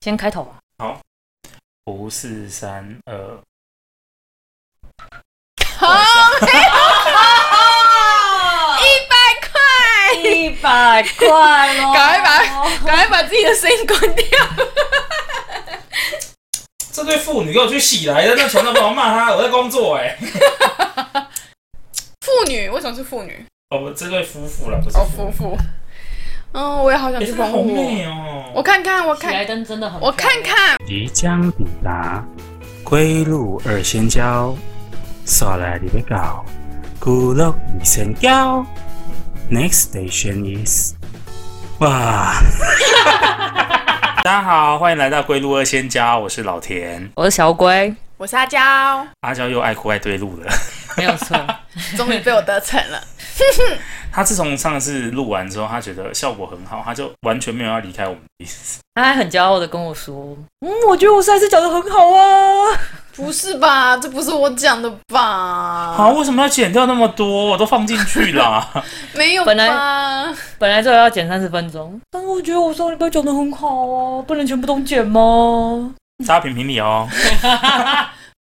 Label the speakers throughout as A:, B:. A: 先开头吧。
B: 五四三二，
C: 一百块，
A: 哦一百块 咯，
C: 赶快把赶快把自己的声音关掉。
B: 这对妇女给我去洗来的，那床上帮我骂她，我在工作哎、
C: 妇女为什么是妇女？
B: 哦，这对夫妇了，不是
C: 哦，
B: 妇
C: 夫
B: 女。
C: 妇。嗯，我也好想
B: 哎、
C: 去
B: 这
C: 澎
B: 个好
C: 湖哦。
B: 美哦！
C: 我看看，我
A: 喜
C: 看，
A: 来登真的很，
C: 我看。看。
B: 即将抵达归路二仙交，刷来你要到古乐二仙交。Next station is 哇！大家好，欢迎来到归路二仙交，我是老田。
A: 我是小龟，
C: 我是阿娇，
B: 阿娇又爱哭爱对路了。
A: 没有错。
C: 终于被我得逞了。
B: 他自从上次录完之后，他觉得效果很好，他就完全没有要离开我们的意思。
A: 他还很骄傲的跟我说：“嗯，我觉得我赛事讲的很好啊。
C: 不是吧？这不是我讲的吧？
B: 啊，，为什么要剪掉那么多？我都放进去啊啦。
C: 没有
A: 本来
C: 吧？”
A: 本来最后要剪三十分钟，但是嗯我觉得我上礼拜讲的很好啊，不能全部都剪吗？
B: 大家评评理哦。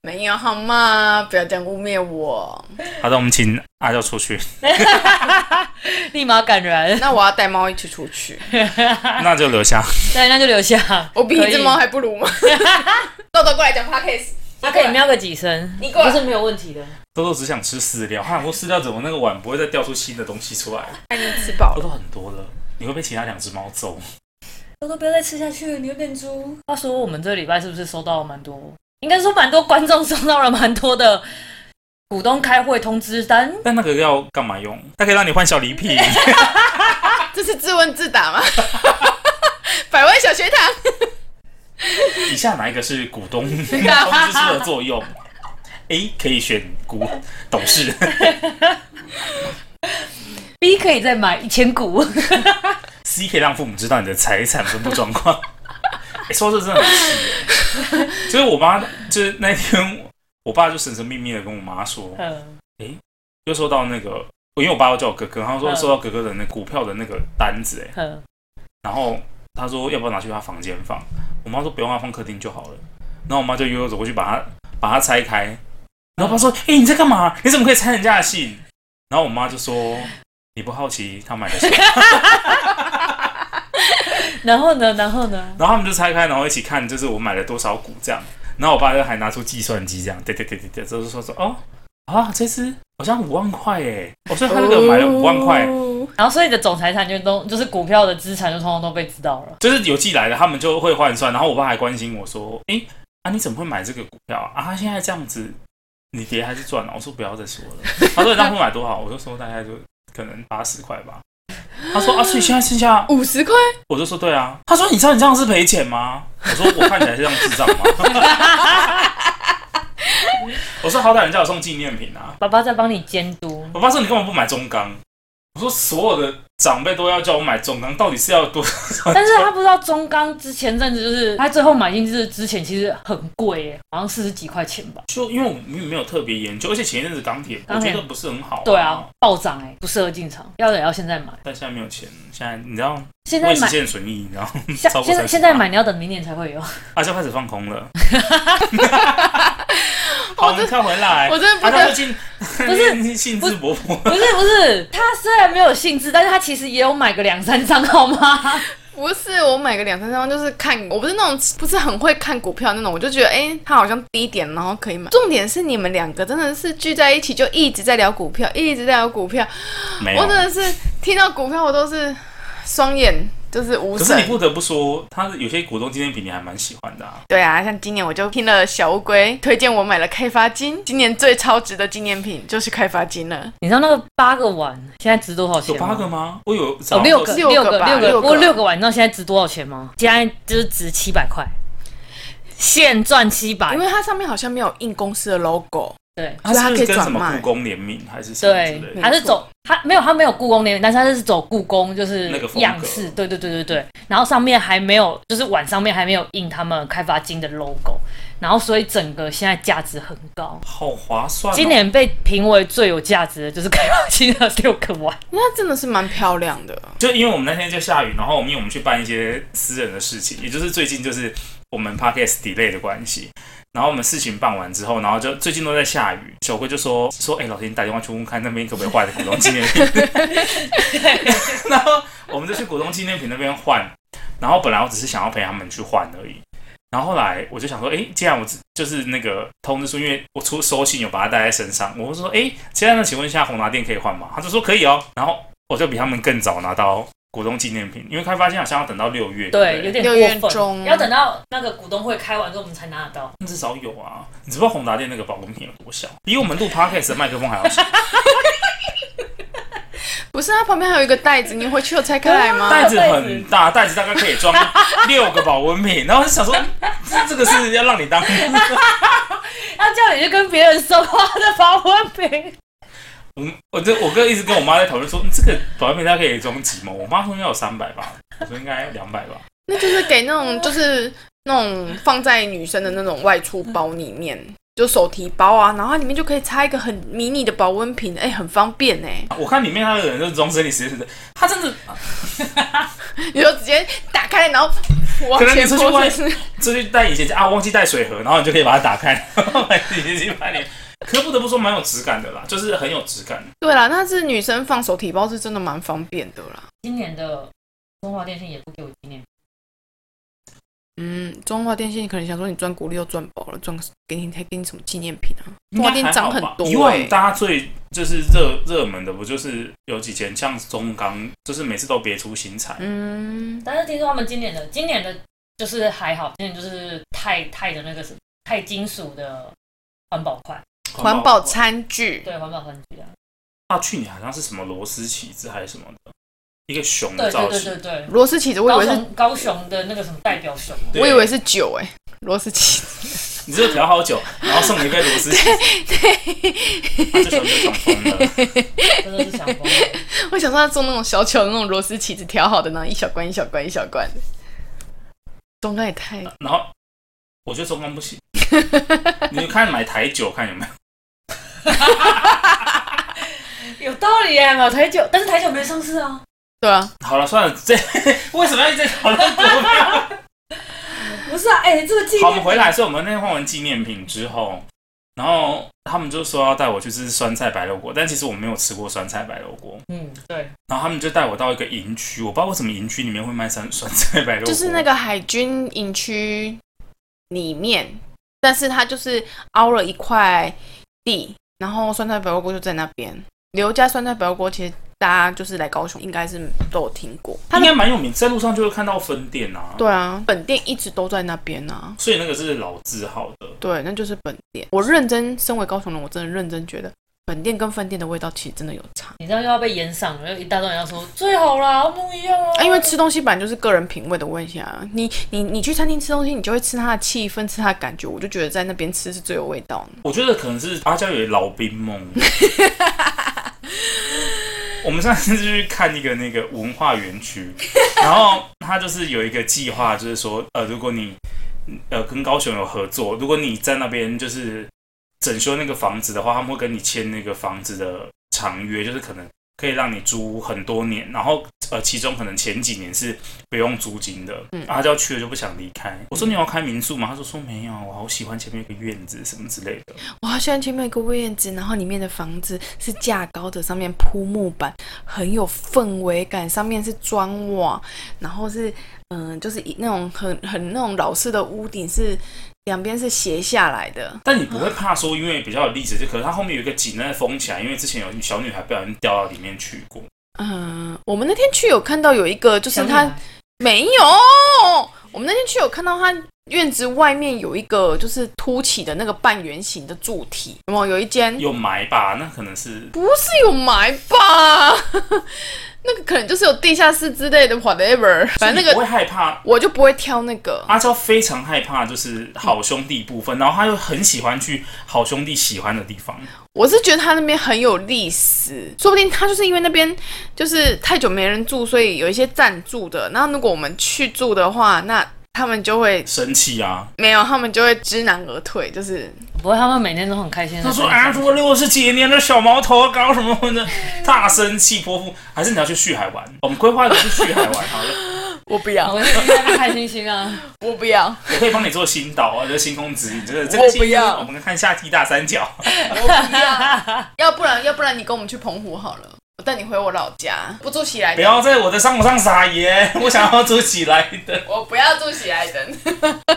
C: 没有好吗？不要这样污蔑我。
B: 好的，我们请阿娇出去，
A: 立马感人，
C: 那我要带猫一起出去。
B: 那就留下。
A: 对，那就留下。
C: 我比
A: 可
C: 一
A: 以
C: 只猫，还不 如吗？豆豆过来讲 podcast，
A: 他可以喵个几声，
C: 你过来
A: 不是没有问题的。
B: 豆豆只想吃饲料，他想说饲料怎么那个碗不会再掉出新的东西出来？
C: 看你吃饱
B: 豆
C: 了。
B: 豆很多了，你会被其他两只猫揍。
A: 我都不要再吃下去了，你会变猪。话说我们这礼拜是不是收到了蛮多？应该说蛮多观众收到了蛮多的股东开会通知单。
B: 但那个要干嘛用？它可以让你换小礼品。
C: 这是自问自答吗？ 百万小学堂，
B: 以下哪一个是股东通知书的作用？A 可以选股董事
A: B 可以再买一千股，
B: ，C 可以让父母知道你的财产分布状况。 欸说这真的很气耶，就是我妈，就是那天我爸就神神秘秘的跟我妈说，
A: 嗯，
B: 就收到那个，因为我爸要叫我哥哥，他说
A: 嗯
B: 收到哥哥的那股票的那个单子，哎，
A: 嗯
B: 然后他说要不要拿去他房间放？我妈说不用啊，放客厅就好了。然后我妈就悠悠走过去把它把它拆开，然后我爸说：“哎、你在干嘛？你怎么可以拆人家的信？”然后我妈就说：“你不好奇他买的什么
A: 然后呢，然后呢？”
B: 然后他们就拆开，然后一起看，就是我买了多少股这样。然后我爸就还拿出计算机这样，对对对对对，就是说说哦啊，这只好像五万块哎，我、哦、所以他那个买了五万块，
C: 哦
A: 然后所以你的总财产就都就是股票的资产就通通都被知道了。
B: 就是有寄来的，他们就会换算。然后我爸还关心我说：“诶，啊你怎么会买这个股票啊？啊现在这样子，你跌还是赚了？”我说：“不要再说了。”他说：“你当初买多少？”我就说：“大概就可能八十块吧。”他说：“啊，所以现在剩下
C: 五十块，
B: 我就说对啊。”他说：“你知道你这样是赔钱吗？”我说：“我看起来是像智障吗？” 我说：“好歹人家有送纪念品啊。
A: 爸爸在帮你监督”，
B: 我爸说：“你干嘛不买中钢？”我说：“所有的长辈都要叫我买中钢，到底是要多少？”
A: 但是他不知道中钢之前阵子就是他最后买进之之前其实很贵耶，好像四十几块钱吧。
B: 就因为我们没有特别研究，而且前一阵子钢铁我
A: 钢铁
B: 觉得不是很好、
A: 对啊，，暴涨哎，不适合进场，要等要现在买。
B: 但现在没有钱，现在你知道
A: 现在
B: 未实
A: 买，
B: 现损益，你知道
A: 现
B: 超过
A: 现在
B: 30
A: 现在买你要等明年才会有。
B: 阿娇开始放空 了。好，我们跳回来。
C: 我真的不
B: 阿娇
C: 得
B: 最近
A: 不是
B: 兴致勃勃，
A: 不是不是，他虽然没有兴致，但是他其实也有买个两三张，好吗？
C: 不是我买个两三千万，就是看我不是那种不是很会看股票那种，我就觉得哎、诶它好像低点，然后可以买。重点是你们两个真的是聚在一起就一直在聊股票，一直在聊股票，
B: 没
C: 我
B: 有
C: 真。的是听到股票我都是双眼就是无
B: 可是你
C: 神。
B: 不得不说，他有些股东纪念品你还蛮喜欢的、啊。
C: 对啊，像今年我就听了小乌龟推荐我买了开发金，今年最超值的纪念品就是开发金了。
A: 你知道那个八个碗现在值多少
B: 有
A: 钱吗？
B: 八个吗？我有
A: 哦，
B: 找
A: 六个，
C: 六个
A: 个，
C: 吧
A: 六
C: 六个
A: 不过六个碗，你知道现在值多少钱吗？现在就是值七百块，现赚七百
C: 因。为它上面好像没有印公司的 logo，
A: 对
B: 它是
C: 所以它
B: 不
C: 可
B: 是
C: 以
B: 跟什
C: 转
B: 么
C: 卖
B: 故宫联名还是什么
A: 对
B: 之类，的？
C: 没
A: 他是
C: 错
A: 走他没有他没有故宫联名，但是他是走故宫就是
B: 那个风格
A: 样式，对对对对对。然后上面还没有，就是碗上面还没有印他们开发金的 logo，然后所以整个现在价值很高。
B: 好划算、哦！
A: 今年被评为最有价值的就是开发金的六个碗，
C: 那真的是蛮漂亮的。
B: 就因为我们那天就下雨，然后我们因为我们去办一些私人的事情，也就是最近就是我们 podcast delay 的关系，然后我们事情办完之后，然后就最近都在下雨，小龟就说说，哎、老天，你打电话去问问看那边可不可以换古董纪念品， 然后我们就去古董纪念品那边换，然后本来我只是想要陪他们去换而已。然后后来我就想说，哎，既然我只就是那个通知书，因为我出收信有把它带在身上，我就说，哎，现在呢，请问一下红拿店可以换吗？他就说可以哦。然后我就比他们更早拿到股东纪念品，因为开发金好像要等到六月，
A: 对，
B: 不
A: 有
C: 六月
A: 点过分，
C: 中
A: 要等到那个股东会开完之后我们才拿得到。
B: 至少有啊。你知不知道宏达店那个保温瓶有多小？比我们录 podcast 的麦克风还要 小，
C: 不是，它旁边还有一个袋子，你回去有拆开来吗？
B: 袋子很大，袋子大概可以 装六个保温瓶。然后我就想说，嗯这这个是要让你当。
A: 要叫你去跟别人收花的保温瓶，
B: 我我这我哥一直跟我妈在讨论说，嗯这个保温瓶它可以装几毛？我妈说应该有三百吧，我说应该两百吧。
C: 那就是给那种就是那种放在女生的那种外出包里面，就手提包啊，然后它里面就可以插一个很迷你的保温瓶，哎、很方便哎、
B: 我看里面他的人就是装生理实验的，他真的
C: 你就直接打开，然后往前
B: 可能
C: 泼
B: 你
C: 是
B: 出这就带以前啊，忘记带水盒，然后你就可以把它打 开，然后把以前去把脸。可不得不说，蛮有质感的啦，就是很有质感。
C: 对啦，那是女生放手提包是真的蛮方便的啦。
A: 今年的中华电信也不给我纪念品，
C: 嗯，中华电信可能想说你赚股利又赚饱了，赚个给你还给你什么纪念品啊？
B: 应该
C: 哇店长很
B: 还
C: 多
B: 好吧以往
C: 欸
B: 大家最就是热热门的，不就是有几间像中钢，就是每次都别出心裁。
C: 嗯，
A: 但是听说他们今年的今年的就是还好，今年就是钛钛的那个什么钛金属的环保筷，
C: 环保餐具，
A: 对环保餐具啊，
B: 啊，去年好像是什么螺丝起子还是什么的，一个熊的
A: 对
B: 造
A: 对
B: 型。
A: 对对对。
C: 螺丝起子，我以
A: 高
C: 为是
A: 雄高雄的那个什么代表熊哦，
B: 对
C: 我以为是酒哎、螺丝起子，
B: 你这个调好酒，然后送你一杯螺丝起子，他就想就想疯了。
A: 真的是想疯了。
C: 我想说他做那种小球的那种螺丝起子调好的，然后一小罐一小罐一小罐的，中钢也太
B: 然后我觉得中钢不行，你就看买台酒看有没有。
A: 有道理耶，买台酒，但是台酒没上市啊。
C: 对啊，
B: 好了，算了，这 为什么要一直讨论股票？
A: 不是啊，哎、这个 纪
B: 好，我们
A: 念
B: 回来，所以我们那天换完纪念品之后，然后他们就说要带我去吃酸菜白肉锅，但其实我没有吃过酸菜白肉锅。
A: 嗯，对，
B: 然后他们就带我到一个营区，我不知道为什么营区里面会卖酸酸菜白肉锅，
C: 就是那个海军营区里面，但是它就是凹了一块地，然后酸菜白肉锅就在那边。刘家酸菜白肉锅其实大家就是来高雄应该是都有听过，它
B: 应
C: 的
B: 该蛮有名，在路上就会看到分店啊。，
C: 对啊，本店一直都在那边啊。
B: 所以那个是老字号的。
C: 对，那就是本店。我认真，身为高雄人，我真的认真觉得本店跟分店的味道其实真的有差。
A: 你这样又要被延上了，又一大堆人要说最好啦，我们不一样啊。
C: 啊，因为吃东西本来就是个人品味的问题啊。你你你去餐厅吃东西，你就会吃它的气氛，吃它的感觉。我就觉得在那边吃是最有味道的。
B: 我觉得可能是阿娇有老兵梦。我们上次去看一个那个文化园区，然后他就是有一个计划，就是说，呃，如果你呃跟高雄有合作，如果你在那边就是整修那个房子的话，他们会跟你签那个房子的长约，就是可能可以让你租很多年，然后呃，其中可能前几年是不用租金的。
C: 嗯
B: 阿娇去了就不想离开。我说你要开民宿吗？他说说没有，我好喜欢前面有个院子什么之类的。
C: 哇，现在前面有一个院子，然后里面的房子是架高的，上面铺木板，很有氛围感。上面是砖瓦，然后是嗯、就是一那种很很那种老式的屋顶是。两边是斜下来的，
B: 但你不会怕说，因为比较有历史，就可能它后面有一个井在封起来，因为之前有小女孩不小心掉到里面去过。
C: 嗯、我们那天去有看到有一个，就是
A: 小女
C: 它
A: 孩
C: 没有，我们那天去有看到它院子外面有一个就是凸起的那个半圆形的柱体，有没有？有一间
B: 有埋吧？那可能是
C: 不是有埋吧？ 那个可能就是有地下室之类的 whatever，反正那
B: 所以你不
C: 个
B: 会害怕。
C: 我就不会挑那个。
B: 阿娇非常害怕就是好兄弟部分，然后他又很喜欢去好兄弟喜欢的地方。
C: 我是觉得他那边很有历史，说不定他就是因为那边就是太久没人住，所以有一些暂住的。然后如果我们去住的话，那他们就会
B: 生气啊！
C: 没有，他们就会知难而退，就是
A: 不过他哎们每天都很开心的。
B: 他说啊，我六十几年的小毛头搞什么的，大生气泼妇。还是你要去旭海玩？我们规划的去旭海玩好了，
C: 我不 要，
A: 我现在开心心啊！
C: 我不要，
B: 我可以帮你做星岛啊，这星空指引，这个这
C: 我
B: 个
C: 不
B: 星空
C: 要
B: 我们看夏季大三角。
C: 我不要， 要不然要不然你跟我们去澎湖好了，我带你回我老家，不住喜来
B: 不
C: 登，
B: 要在我的伤口上撒盐， 我想要住起来的。
C: 我不要住喜来登，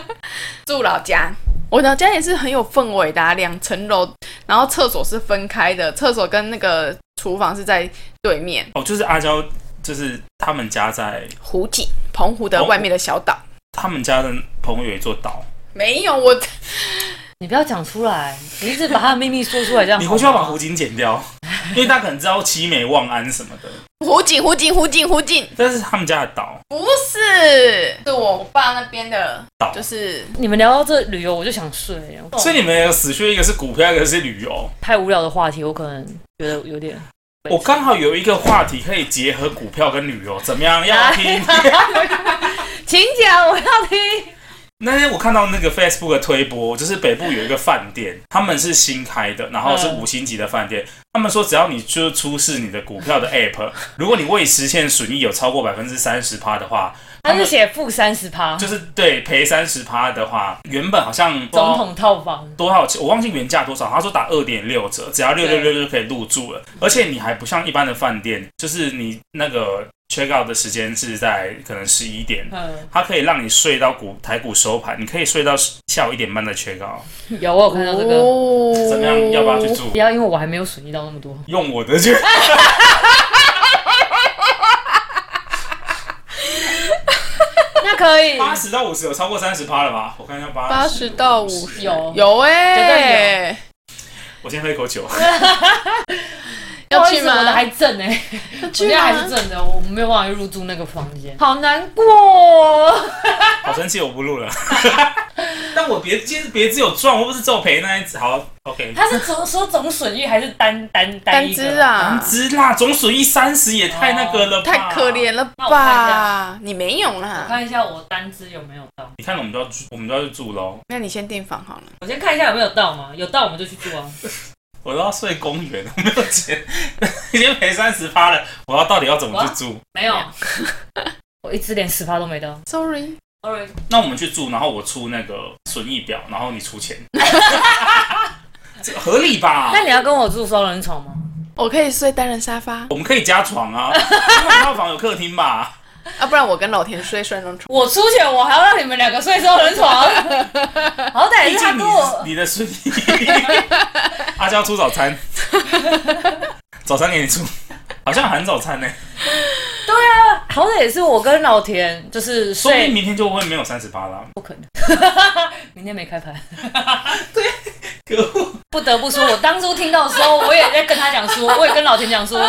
C: 住老家。我老家也是很有氛围的、啊，两层楼，然后厕所是分开的，厕所跟那个厨房是在对面，
B: 哦，就是阿娇，就是他们家在
C: 湖景，澎湖的外面的小岛。
B: 他们家的朋友有一座岛，
C: 没有我，
A: 你不要讲出来，你一直把他的秘密说出来，这样
B: 你
A: 好吗
B: 回去要把胡锦剪掉，因为大家可能知道七美望安什么的，
C: 湖景湖景湖景湖景，
B: 但是他们家的岛
C: 不是，是我爸那边的
B: 岛，
C: 就是
A: 你们聊到这旅游，我就想睡了。
B: 所以你们有死穴，一个是股票，一个是旅游。
A: 太无聊的话题，我可能觉得有点。
B: 我刚好有一个话题可以结合股票跟旅游，怎么样？要听？
A: 请讲，我要听。
B: 那天我看到那个 Facebook 的推播，就是北部有一个饭店，他们是新开的，然后是五星级的饭店。他们说，只要你就出示你的股票的 App，如果你未实现损益有超过百分之三十趴的话，他
A: 他是
B: 们
A: 写负三十趴，
B: 就是对赔三十趴的话，原本好像
A: 总统套房。
B: 多少钱，我忘记原价多少，他说打二点六折，只要六六六就可以入住了，而且你还不像一般的饭店，就是你那个 check out 的时间是在可能十一点。
A: 嗯，
B: 它可以让你睡到股台股收盘，你可以睡到下午一点半再缺高。
A: 有我有看到这个。
C: 哦
B: 怎么样？要不要去住
A: 不？要，因为我还没有损益到那么多。
B: 用我的去。
A: 那可以，
B: 八十到五十有超过三十趴了吧？我看一下八
C: 八十到五十
A: 有欸
C: 有
A: 绝
C: 哎、
A: 对
B: 我先喝一口酒。
C: 要去
A: 不好意思我的
C: 吗？
A: 还正哎、
C: 要
A: 我现
C: 去
A: 在还是
C: 吗？
A: 正的，我没有办法入住那个房间，好难过哦、
B: 好生气，我不录了。 但我别今天别只有赚，我不是只有赔那一次。好 ，OK。
A: 他是总说总损益还是单单单
C: 单
A: 一
C: 只
A: 个？
C: 啊，
B: 只啦，总损益三十也太那个了吧？
C: 哦太可。怜了
A: 那我看一
C: 吧？你没有
A: 我
C: 啦，
A: 看一下我单只有没有到，
B: 你看，我们都要住，我们都要去住喽。
C: 那你先订房好了。
A: 我先看一下有没有到嘛，有到我们就去住啊。
B: 我都要睡公园，我没有钱， 已经赔三十趴了。我要到底要怎么去住？
A: 没有，我一直连十趴都没到。
C: Sorry，
A: Sorry，
B: 那我们去住，然后我出那个损益表，然后你出钱，这个合理吧？
A: 那你要跟我住双人床吗？
C: 我可以睡单人沙发
B: 我们可以加床啊，因为套房有客厅吧？
C: 啊，不然我跟老田睡双人床。
A: 我出钱，我还要让你们两个睡双人 床，好歹
B: 毕
A: 是他
B: 竟你
A: 跟我。
B: 你的损益，阿娇出早餐，早餐给你出，好像含早餐呢、
A: 对啊，好歹也是我跟老田，就是
B: 说不定
A: 睡
B: 明天就会没有三十八啦。
A: 不可能， 明天没开 盘。
B: 可恶！
A: 不得不说，我当初听到的时候，我也在跟他讲说， 我也跟老田讲说，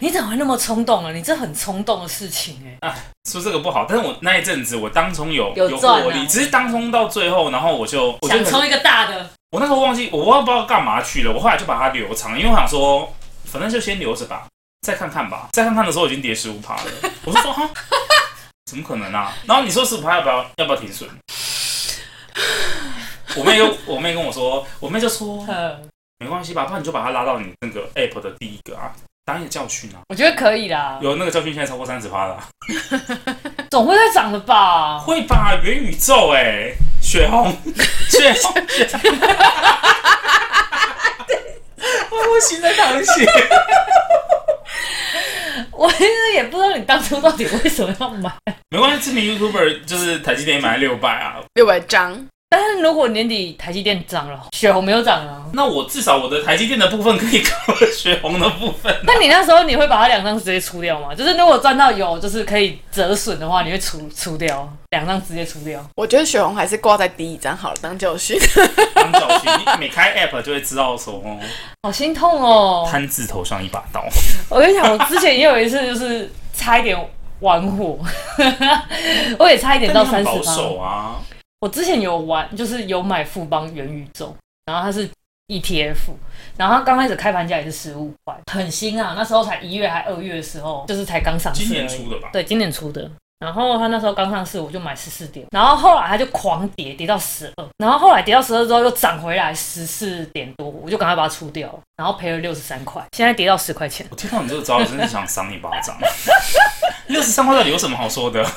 A: 你怎么会那么冲动啊？你这很冲动的事情哎、
B: 说这个不好，但是我那一阵子我当冲有
A: 有赚啊
B: 获利，只是当冲到最后，然后我就我就
A: 想
B: 可能
A: 冲一个大的，
B: 我那时候忘记，我忘不知道干嘛去了，我后来就把它留长，因为我想说，反正就先留着吧，再看看吧。再看看的时候已经跌十五趴了，我就说哈，怎么可能啊？然后你说十五趴要不要要不要停损？我妹就我妹跟我说，我妹就说
A: 呃，
B: 没关系吧，不然你就把它拉到你那个 app 的第一个啊，当一个教训啊。
A: 我觉得可以啦，
B: 有那个教训现在超过三十趴了啊，
A: 总会再涨的吧？
B: 会吧？元宇宙哎、雪红，雪红， 雪红，我不行，在淌血。
A: 我其实也不知道你当初到底为什么要买，
B: 没关系，知名 YouTuber 就是台积电买了六百啊，
C: 六百张，
A: 但是如果年底台积电涨了，雪红没有涨啊，
B: 那我至少我的台积电的部分可以 cover 血红的部分。
A: 那你那时候你会把它两张直接出掉吗？就是如果赚到有就是可以折损的话，你会出出掉两张直接出掉？
C: 我觉得雪红还是挂在第一张好了，当 教训。
B: 当教训，你每开 app 就会知道说，哦，
A: 好心痛哦！
B: 贪字头上一把刀。
A: 我跟你讲，我之前也有一次就是差一点玩火， 我也差一点到
B: 但
A: 三
B: 你
A: 十哦
B: 很保
A: 趴。
B: 守啊，
A: 我之前有玩，就是有买富邦元宇宙，然后它是 ETF，然后它刚开始开盘价也是十五块，很新啊，那时候才一月还二月的时候，就是才刚上市而已，
B: 今年出的吧？
A: 对，今年出的。然后它那时候刚上市，我就买十四点，然后后来它就狂跌，跌到十二，然后后来跌到十二之后又涨回来十四点多，我就赶快把它出掉了，然后赔了六十三块，现在跌到十块钱。
B: 我听到你这个招，我真的想赏你巴掌。六十三块到底有什么好说的？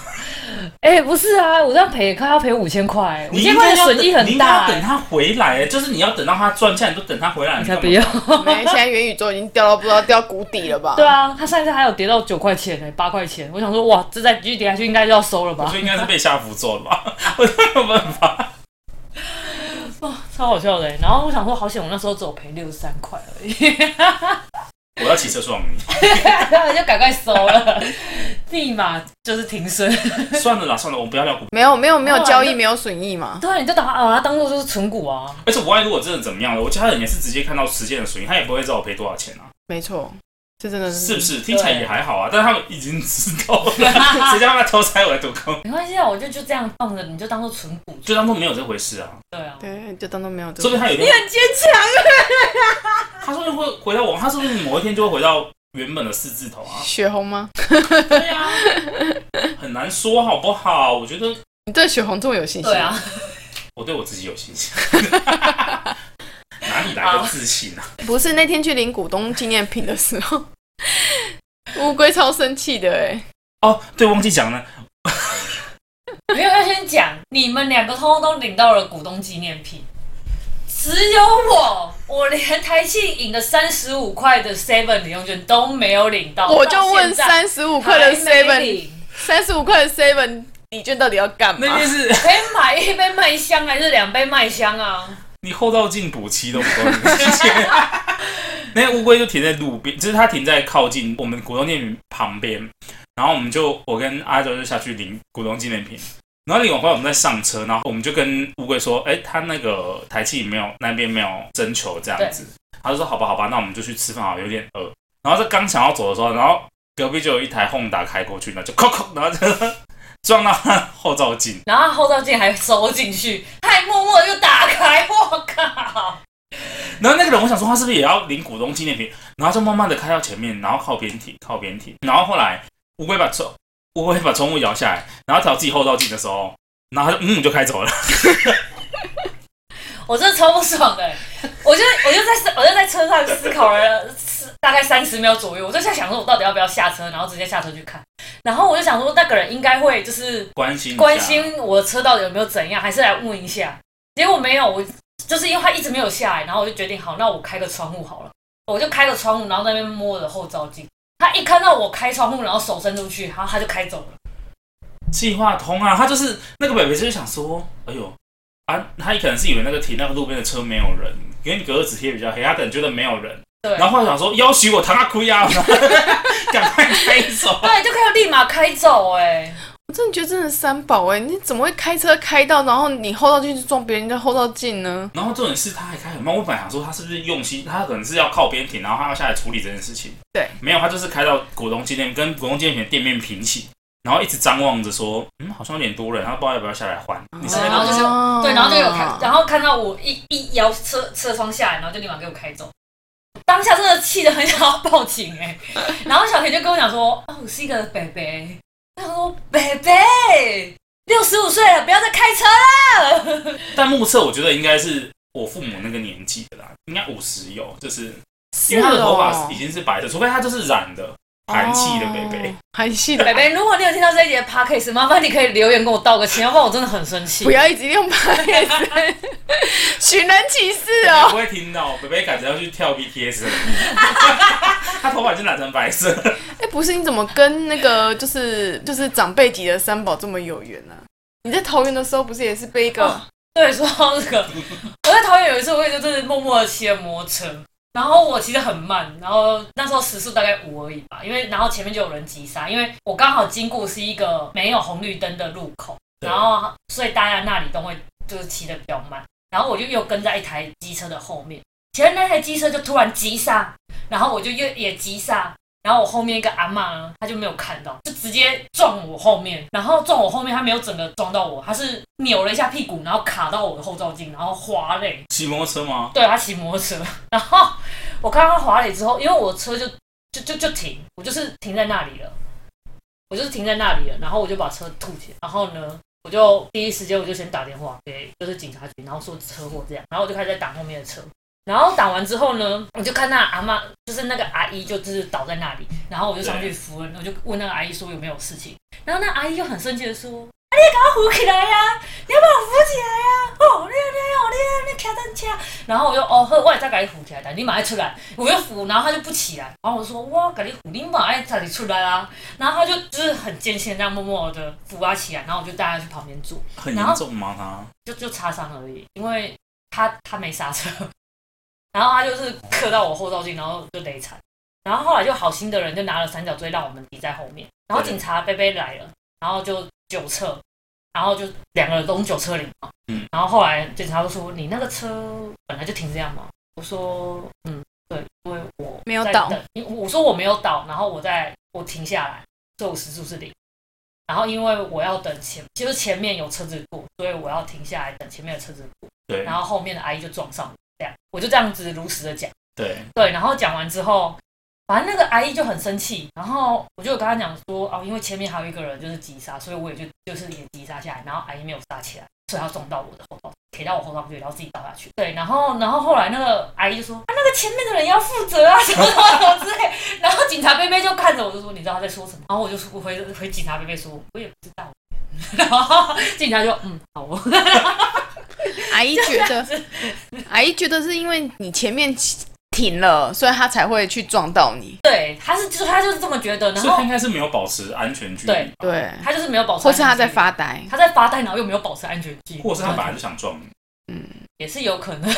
A: 哎、不是啊，我这样赔，快要赔五千块，五
B: 你
A: 千
B: 应
A: 块
B: 该
A: 的
B: 要
A: 损益
B: 等你
A: 很
B: 应该要
A: 大、欸
B: 等它回来，欸就是你要等到它赚钱，你就等它回来。
A: 你
B: 你
A: 才
B: 干嘛
A: 不要。
C: 没现在元宇宙已经掉到不知道掉谷底了吧？
A: 对，啊，它上一次还有跌到九块钱呢、八块钱。我想说，哇，这再继续跌下去，应该就要收了
B: 我
A: 吧
B: 就？应该是被下符咒了吧？ 我都没有办法。
A: 超好笑的欸、然后我想说，好险，我那时候只有赔六十三块而已，
B: 我要骑车撞你！
A: 然后就赶快收了， 立马就是停损。
B: 算了啦，算了，我不要聊股。
C: 没有没有没有
A: 后来
C: 交
A: 就
C: 易，没有损益嘛。
A: 对啊，你就把它把它当做就是存股啊。
C: 嗯
B: 而且国外如果真的怎么样了，我家人也是直接看到实践的损益，他也不会知道我赔多少钱啊，
C: 没错，这真的是
B: 是不是？听起来也还好啊，但他们已经知道 了，谁叫他们偷猜我在赌空，
A: 没关系啊，我就就这样放着，你就当做存股。
B: 就当做没有这回事啊。
A: 对啊，
C: 对，就当做没有这
B: 说不定
C: 个。
B: 他有一
A: 你
B: 天，
A: 很坚强。
B: 他说不定会回到我，他说不定某一天就会回到原本的四字头 啊。
C: 雪红吗？
B: 对啊，很难说好不好？我觉得
C: 你对雪红这么有信心？
A: 对啊，，
B: 我对我自己有信 心。 哪里来的自信啊？
C: 不是那天去领股东纪念品的时候， 乌龟超生气的哎，
B: 哦，对，忘记讲了，
A: 没有要先讲，你们两个通通都领到了股东纪念品，只有我，我连台庆赢的三十五块的 Seven 礼用券都没有领到。
C: 我就问
A: 到现在
C: 三十五块的
A: 还没
C: seven，
A: 领
C: 三十五块的 seven 礼券到底要干嘛？
B: 那件是
A: 可以买一杯麦香啊还是两杯麦香啊？
B: 你后照镜补漆都不够你的时间。 那个乌龟就停在路边，就是它停在靠近我们股东店旁边，然后我们就我跟阿周就下去领股东纪念品，然后领完回来我们再上车，然后我们就跟乌龟说，哎、他那个台气没有那边没有征求这样子，他就说好吧好吧，那我们就去吃饭好了，有点饿。然后这刚想要走的时候，然后隔壁就有一台轰打开过去，然后就扣扣，然后就 撞到他后照镜。
A: 然后后照镜还收进去，他还默默地就打开，我靠！
B: 然后那个人，我想说他是不是也要领股东纪念品？然后就慢慢的开到前面，然后靠边停，靠边停。然后后来乌龟把窗，乌龟把窗户摇下来，然后调自己后照镜的时候，然后他就嗯就开走了。
A: 我真的超不爽的欸、我就我就在思我就在车上思考了四大概三十秒左右，我就在想说，我到底要不要下车，然后直接下车去看。然后我就想说，那个人应该会就是
B: 关心一下
A: 关，心我的车到底有没有怎样，还是来问一下。结果没有，我就是因为他一直没有下来，然后我就决定好，那我开个窗户好了。我就开个窗户，然后在那边摸我的后照镜。他一看到我开窗户，然后手伸出去，然后他就开走了。
B: 计划通啊，他就是那个北北就是想说，哎呦啊，他可能是以为那个停那个路边的车没有人，因为你隔着纸贴比较黑，他可能觉得没有人，
A: 对，
B: 然后后来想说要许我唐阿亏啊，然后赶快开走。
A: 对，就可以立马开走哎、
C: 我真的觉得真的三宝哎，你怎么会开车开到，然后你后照镜去撞别人的后照镜呢？
B: 然后重点是他还开很慢，我本来想说他是不是用心，他可能是要靠边停，然后他要下来处理这件事情。
C: 对，
B: 没有，他就是开到果冻纪念跟果冻纪念品的店面平行，然后一直张望着说，嗯，好像有点多人，然后不知道要不要下来换。你是
A: 对，
B: 那
A: 然后
B: 个
A: 就是
C: 哦
A: 对，然后就有看，然后看到我一一摇车车窗下来，然后就立马给我开走。当下真的气得很想要报警哎、 然后小田就跟我讲说：“哦，我是一个北北。”他说：“北北，六十五岁了，不要再开车了。
B: 但目测我觉得应该是我父母那个年纪的啦，应该五十有，就是因为他
C: 哦
B: 的头发已经是白的，除非他就是染的韩系的北北
C: 哦。，韩系”
A: 北
C: 的，
A: 北，如果你有听到这一节 podcast，麻烦你可以留言跟我道个歉，要不然我真的很生气
C: 不。要一直用白眼，寻人启事哦。
B: 不会听到，北北感觉要去跳 BTS，了他头发已经染成白色了。
C: 哎、不是，你怎么跟那个就是就是长辈级的三宝这么有缘呢、啊？你在桃园的时候不是也是被一个、
A: 哦对，说到这个， 我在桃园有一次，我也就真的默默的骑了摩托车，然后我骑得很慢，然后那时候时速大概五而已吧，因为然后前面就有人急刹，因为我刚好经过是一个没有红绿灯的路口，
B: 对
A: 然后所以大家那里都会就是骑得比较慢，然后我就又跟在一台机车的后面，前面那台机车就突然急刹，然后我就又也急刹。然后我后面一个阿嬷呢，她就没有看到，就直接撞我后面，然后撞我后面，她没有整个撞到我，她是扭了一下屁股，然后卡到我的后照镜，然后滑嘞。
B: 骑摩托车吗？
A: 对，她骑摩托车，然后我看到她滑嘞之后，因为我车就就就就停，我就是停在那里了，我就是停在那里了，然后我就把车吐起来，然后呢，我就第一时间我就先打电话给就是警察局，然后说车祸这样，然后我就开始在挡后面的车，然后挡完之后呢，我就看那阿妈，就是那个阿姨，就就是倒在那里，然后我就上去扶人，我就问那个阿姨说有没有事情，然后那阿姨就很生气的说：“啊，你赶快扶起来呀、你要把我扶起来呀、哦，你你哦你你开单车。”然后我就哦呵，我也再给你扶起来，但你马上出来，我就扶，然后他就不起来，然后我说：“哇，给你扶，你马上自己出来啊。”然后他就就是很艰辛地这样默默的扶他起来，然后我就带他去旁边坐，
B: 很
A: 然后
B: 严重吗？他
A: 就就擦伤而已，因为他他没刹车， 然后他就是磕到我后照镜，然后就累惨。然后后来就好心的人就拿了三角锥让我们抵在后面，然后
B: 对
A: 警察贝贝来了，然后就酒测，然后就两个人都酒测零嘛。
B: 嗯。
A: 然后后来警察就说：“你那个车本来就停这样嘛。”我说：“嗯，对，因为我
C: 没有
A: 在
C: 倒
A: 等因为我说我没有倒，然后我在我停下来，所以我时速是零。然后因为我要等前，就是前面有车子过，所以我要停下来等前面的车子过，
B: 对
A: 然后后面的阿姨就撞上我，这样我就这样子如实的讲，
B: 对，
A: 对，然后讲完之后，反正那个阿姨就很生气，然后我就有跟她讲说，哦，因为前面还有一个人就是急刹，所以我也就就是也急刹下来，然后阿姨没有刹起来，所以她撞到我的后头，给到我后头去，然后自己倒下去，对，然后然后后来那个阿姨就说，啊，那个前面的人要负责啊，什么什么什么之类，然后警察贝贝就看着我，就说：“你知道他在说什么？”然后我就说回回警察贝贝说：“我也不知道。” 然后警察就嗯好哦，
C: 阿姨 觉得，阿姨觉得是因为你前面停了，所以她才会去撞到你，
A: 对，他是就是他就是这么觉得，然
B: 所以他
A: 后
B: 应该是没有保持安全距离
A: 对，
C: 对，
A: 他就是没有保持，
C: 或哦是她在，发呆，
A: 他在发呆，然后又没有保持安全距离，
B: 或者是他本来就想撞你，
C: 嗯，
A: 也是有可能，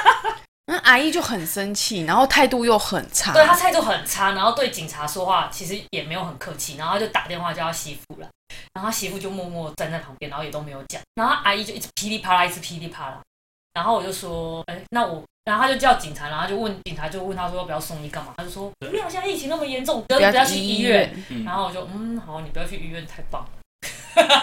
C: 那阿姨就很生气，然后态度又很差，
A: 对他态度很差，然后对警察说话其实也没有很客气，然后他就打电话叫他媳妇来，然后他媳妇就默默站在旁边，然后也都没有讲，然后阿姨就一直噼里啪啦，一直噼里啪啦，然后我就说，哎、那我，然后他就叫警察，然后他就问警察，就问他说要不要送医干嘛，他就说不要，现在疫情那么严重，不要不要去医院，。
B: 嗯
A: 然，后我就嗯好，你不要去医院，太棒了，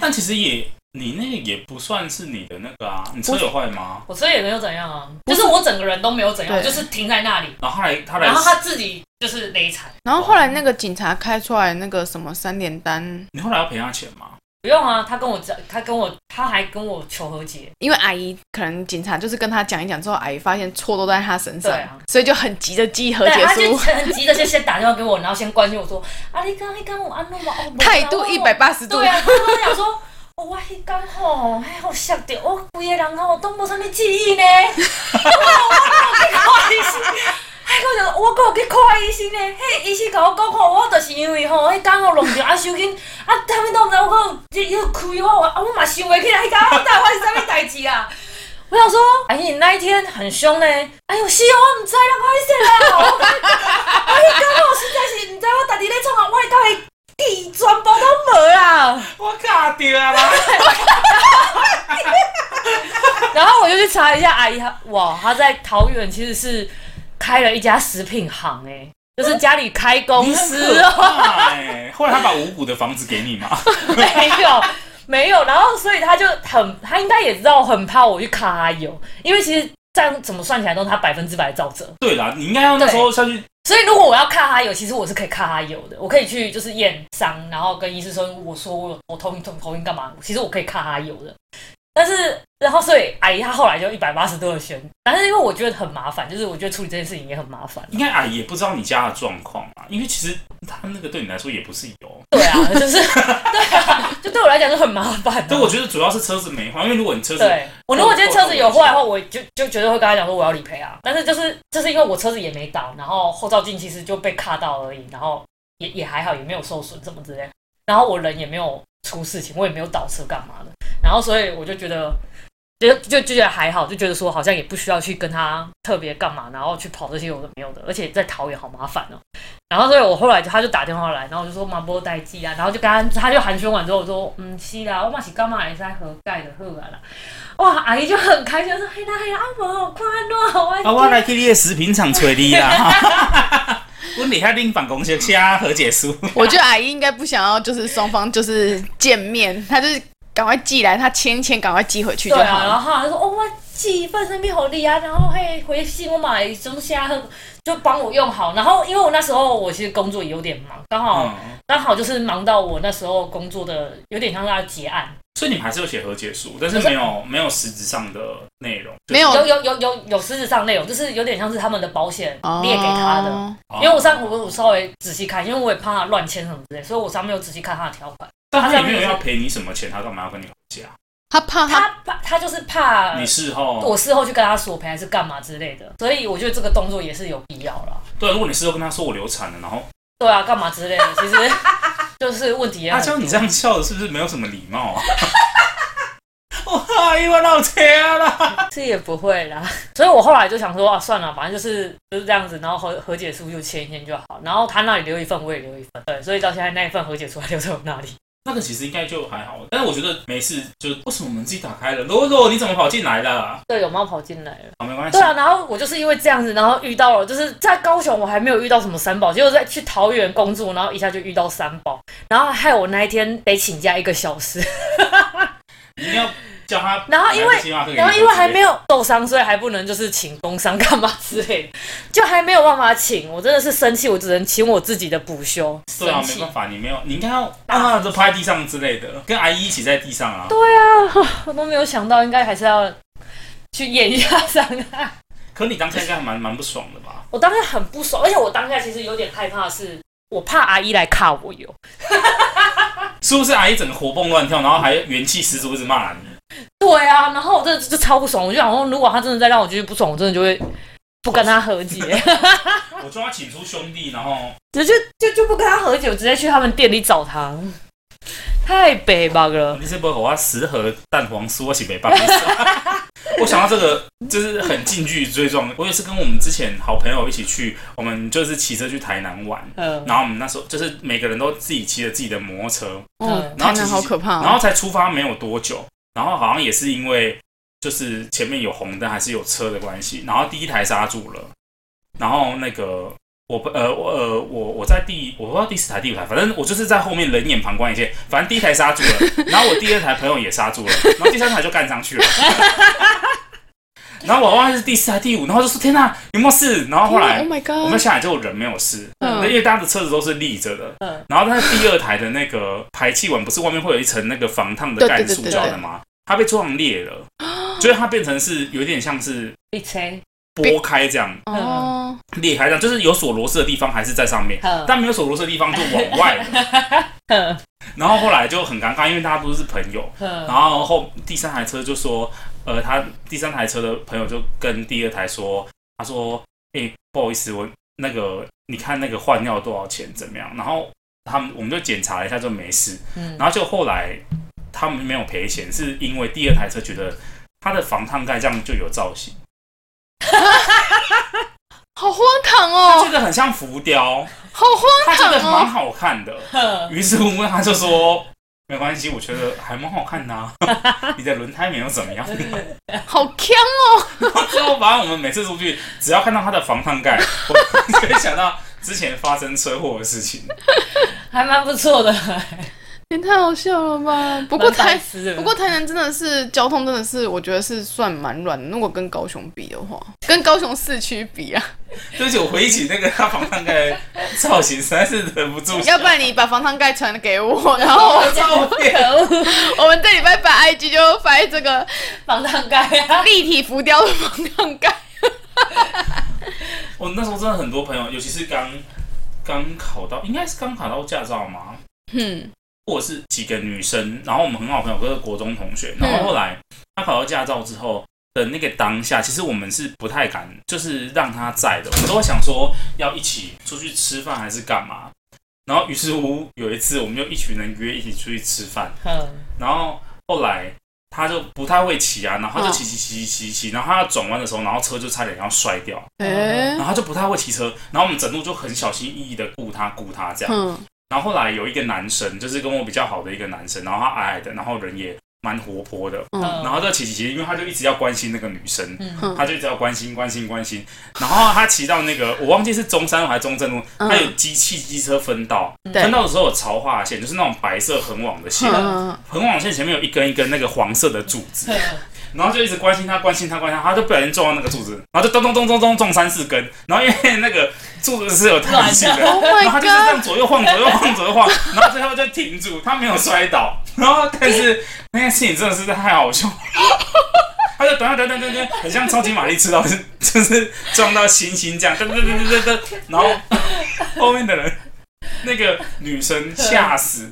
B: 但其实也你那个也不算是你的那个啊，你车有坏吗？
A: 我车也没有怎样啊，就是我整个人都没有怎样，
C: 对
A: 就是停在那里，
B: 然后他来他来
A: 然后他自己就是累惨，
C: 然后后来那个警察开出来那个什么三联单，
B: 你后来要赔他钱吗？
A: 不用啊，他跟我讲，他跟我他还跟我求和解。
C: 因为阿姨可能警察就是跟她讲一讲之后，阿姨发现错都在她身上，
A: 对啊
C: 所以就很急着寄和
A: 对，
C: 解
A: 他就
C: 书，
A: 很急的就先打电话给我，然后先关心我说：“啊，你刚你刚有安弄嘛？哦，没啦
C: 态度一百。八十
A: 我
C: 度
A: 对。啊，他跟我讲说。 哦，我迄天吼，哎，我吓到，我规个人吼都无啥物记忆呢。我去看医生，哎，我讲我有去看医生呢。迄医生甲我讲吼，我就是因为吼，迄天我弄着啊手筋，啊，他们都毋知我讲这又开我，啊，我嘛想袂起来，迄天我到底是啥物代志啊？我想说，哎，你那一天很凶呢。哎呦，是哦，我毋知啦，歹势啦。 我哎迄天我实在是毋知我家己咧创啊，我迄天记忆全部都无啊啦。
B: 我卡 掉啦！
A: 然后我就去查一下阿姨，她哇，她在桃园其实是开了一家食品行哎、就是家里开公
B: 你
A: 司
B: 是
A: 哦、
B: 哎，后来他把五股的房子给你嘛？
A: 没有没有，然后所以她就很，她应该也知道我很怕我去卡她油，因为其实这样怎么算起来都是她百分之百的照责，
B: 对啦，你应该要那时候下去
A: 所以如果我要卡她油，其实我是可以卡她油的，我可以去就是验伤，然后跟医生说我说我我头晕头头晕干嘛，其实我可以卡她油的。但是，然后所以阿姨她后来就一百八十度的旋，但是因为我觉得很麻烦，就是我觉得处理这件事情也很麻烦。
B: 应该阿姨也不知道你家的状况啊，因为其实他那个对你来说也不是油。
A: 对啊，就是对啊，就对我来讲就很麻烦、啊。
B: 但我觉得主要是车子没坏，因为如果你车子
A: 对我如果今天车子有坏的话，我就就绝对会跟他讲说我要理赔啊。但是就是就是因为我车子也没倒，然后后照镜其实就被卡到而已，然后也也还好，也没有受损什么之类的。然后我人也没有出事情，我也没有倒车干嘛的。然后所以我就觉得就就就觉得还好，就觉得说好像也不需要去跟他特别干嘛，然后去跑这些有的没有的，而且在桃园好麻烦哦、然后所以我后来就他就打电话来，然后我就说马波代记啊，然后就跟他他就寒暄完之后我说嗯是啦，我嘛是干嘛也是在合盖的喝啦，哇阿姨就很开心说嘿啦嘿啦，阿伯好快乐，我
B: 啊，我来去你的食品厂找你啦。 阮伫遐恁办公室写和解书，
C: 我觉得阿姨应该不想要，就是双方就是见面，她就是赶快寄来，她签一签，赶快寄回去就
A: 对
C: 好
A: 啊，然
C: 了。
A: 后他就说哦我寄一份生命好利啊，然后嘿回信我买中虾喝就帮我用好，然后因为我那时候我其实工作也有点忙，刚好、
B: 嗯，
A: 刚好就是忙到我那时候工作的有点像是要结案，
B: 所以你们还是有写和解书，但是没有没有实质上的内容，就是
C: 没有
A: 有有有有有实质上内容，就是有点像是他们的保险
C: 哦
A: 列给他的。
B: 哦
A: 因为我上我我稍微仔细看，因为我也怕他乱签什么之类，所以我上面有仔细看他的条款。
B: 但他也没有要赔你什么钱，他干嘛要跟你和解啊？
C: 她怕她
A: 他怕他就是怕
B: 你事后
A: 呃我事后去跟他索赔还是干嘛之类的，所以我觉得这个动作也是有必要啦。
B: 对，如果你事后跟他说我流产了，然后
A: 对啊，干嘛之类的，其实 就是问题也
B: 他
A: 很
B: 叫
A: 多。
B: 你这样笑，是不是没有什么礼貌 啊？哇，因为闹车啦！
A: 是也不会啦，所以我后来就想说啊，算了，反正就是就是这样子，然后和和解书就签一签就好，然后他那里留一份，我也留一份，对，所以到现在那一份和解书还留在我那里。
B: 那个其实应该就还好，但是我觉得没事，就是为什么门自己打开了？罗罗，你怎么跑进来了？
A: 对，有猫跑进来了。
B: 好，没关系
A: 对。啊，然后我就是因为这样子，然后遇到了，就是在高雄我还没有遇到什么三宝，结果在去桃园工作，然后一下就遇到三宝，然后害我那一天得请假一个小时，
B: 你一定要叫他。
A: 然后因为然后因为还没
B: 有，
A: 有受伤，所以还不能就是请工伤干嘛之类的，就还没有办法请，我真的是生气，我只能请我自己的补休，
B: 对啊，
A: 生
B: 没
A: 气。
B: 办法，你没有，你应该要啊，就趴在地上之类的，跟阿姨一起在地上啊。
A: 我都没有想到，应该还是要去验一下伤害。
B: 可你当下应该还蛮蛮不爽的吧？
A: 我当下很不爽，而且我当下其实有点害怕的是，我怕阿姨来卡我油。
B: 是不是阿姨整个活蹦乱跳，然后还元气十足，一直骂你？
A: 对啊，然后我真的就超不爽，我就想说，如果她真的再让我继续不爽，我真的就会不跟她和解，
B: 我就要请出兄弟，然后
A: 直接就就不跟她和解，我直接去他们店里找她。太北吧了，
B: 你是不给我十盒蛋黄酥，我是没办法。我想到这个就是很近距离追撞，我也是跟我们之前好朋友一起去，我们就是骑车去台南玩，
A: 嗯，
B: 然后我们那时候就是每个人都自己骑着自己的摩托车，
C: 哦，
B: 然后
C: 台
B: 其
C: 南
B: 实
C: 好可怕、
B: 然
C: 哦。
B: 后才出发没有多久，然后好像也是因为就是前面有红灯还是有车的关系，然后第一台刹住了，然后那个我呃我呃我我在第我不知道第四台第五台，反正我就是在后面冷眼旁观一些，反正第一台刹住了，然后我第二台朋友也刹住了，然后第三台就干上去了。然后我忘了是第四还是第五，然后就说天哪，有没有事？然后后来
C: Oh my
B: 我们
C: god！
B: 下来就人没有事，
C: 嗯
B: 那因为大家的车子都是立着的，
A: 嗯
B: 然后但是第二台的那个排气管不是外面会有一层那个防烫的
C: 对
B: 盖
C: 对对
B: 塑
C: 对
B: 胶
A: 对
B: 的吗？它被撞裂 了，就是它变成是有点像是
A: 一吹，
B: 拨开这样
C: 哦，
B: 裂开这样，就是有锁螺丝的地方还是在上面，
A: 嗯
B: 但没有锁螺丝的地方就往 外了。
A: 嗯
B: 然后后来就很尴尬，因为大家都是朋友，然
A: 嗯，
B: 后后第三台车就说，呃，他第三台车的朋友就跟第二台说，他说，哎、不好意思，我那个你看那个换药多少钱怎么样？然后他们我们就检查了一下，就没事。
A: 嗯
B: 然后就后来他们没有赔钱，是因为第二台车觉得它的防烫盖这样就有造型，
C: 好荒唐
B: 他
C: 哦
B: 觉，得很像浮雕，
C: 好
B: 他
C: 荒
B: 觉
C: 唐
B: 得蛮
C: 哦。
B: 好看的。
A: 嗯
B: 于是乎他就说。没关系，我觉得还蛮好看的、啊。 你的轮胎没有怎么样，
C: 好强哦！
B: 之后，反正我们每次出去，只要看到他的防烫盖，我就会想到之前发生车祸的事情。
A: 还蛮不错的，
C: 也太好笑了 吧！
A: 不
C: 不过台，
A: 不
C: 不过台南真的是交通，真的是我觉得是算蛮软的。如果跟高雄比的话，跟高雄市区比啊，
B: 对不起，我回忆起那个他防烫盖的造型，实在是忍不 住。
C: 要不然你把防烫盖传给我，然后
B: 照片，
A: 可恶，
C: 我们这礼拜把 IG 就发这个
A: 防弹盖啊，
C: 立体浮雕的防烫盖。
B: 我那时候真的很多朋友，尤其是刚刚考到，应该是刚考到驾照嘛，
C: 嗯，
B: 或者是几个女生，然后我们很好朋友，都是国中同学，然后后来她考到驾照之后的那个当下，其实我们是不太敢，就是让她在的，我们都会想说要一起出去吃饭还是干嘛。然后于是乎有一次，我们就一群人约一起出去吃饭，
A: 嗯
B: 然后后来他就不太会骑啊，然后他就
C: 嗯
B: 骑骑骑骑骑，然后他要转弯的时候，然后车就差点要摔掉，
C: 哎、
B: 然后他就不太会骑车，然后我们整路就很小心翼翼的顾他顾他这样。
C: 嗯，
B: 然后后来有一个男生，就是跟我比较好的一个男生，然后他矮矮的，然后人也蛮活泼的，
A: 嗯
B: 然后这骑骑骑，因为他就一直要关心那个女生，
A: 嗯
B: 他就一直要关心关心关心。然后他骑到那个我忘记是中山路还是中正路，
C: 嗯
B: 他有机器机车分道，
C: 对
B: 分道的时候有潮化线，就是那种白色横网的线，
C: 嗯
B: 横网线前面有一根一根那个黄色的柱子，
A: 嗯
B: 然后就一直关心他关心他关心他，他就不小心撞到那个柱子，然后就咚咚咚咚咚撞三四根，然后因为那个柱子是有弹性的，
C: ，Oh
B: 然后他
C: my
B: 就是这
C: god，
B: 样左右晃，左右晃，左右晃，然后最后就停住，他没有摔倒。然后但是那件事情真的是太好笑了，他就等等等等等，很像超级玛丽吃到是 就是撞到星星这样，噔噔噔噔噔噔，然后后面的人那个女生吓死，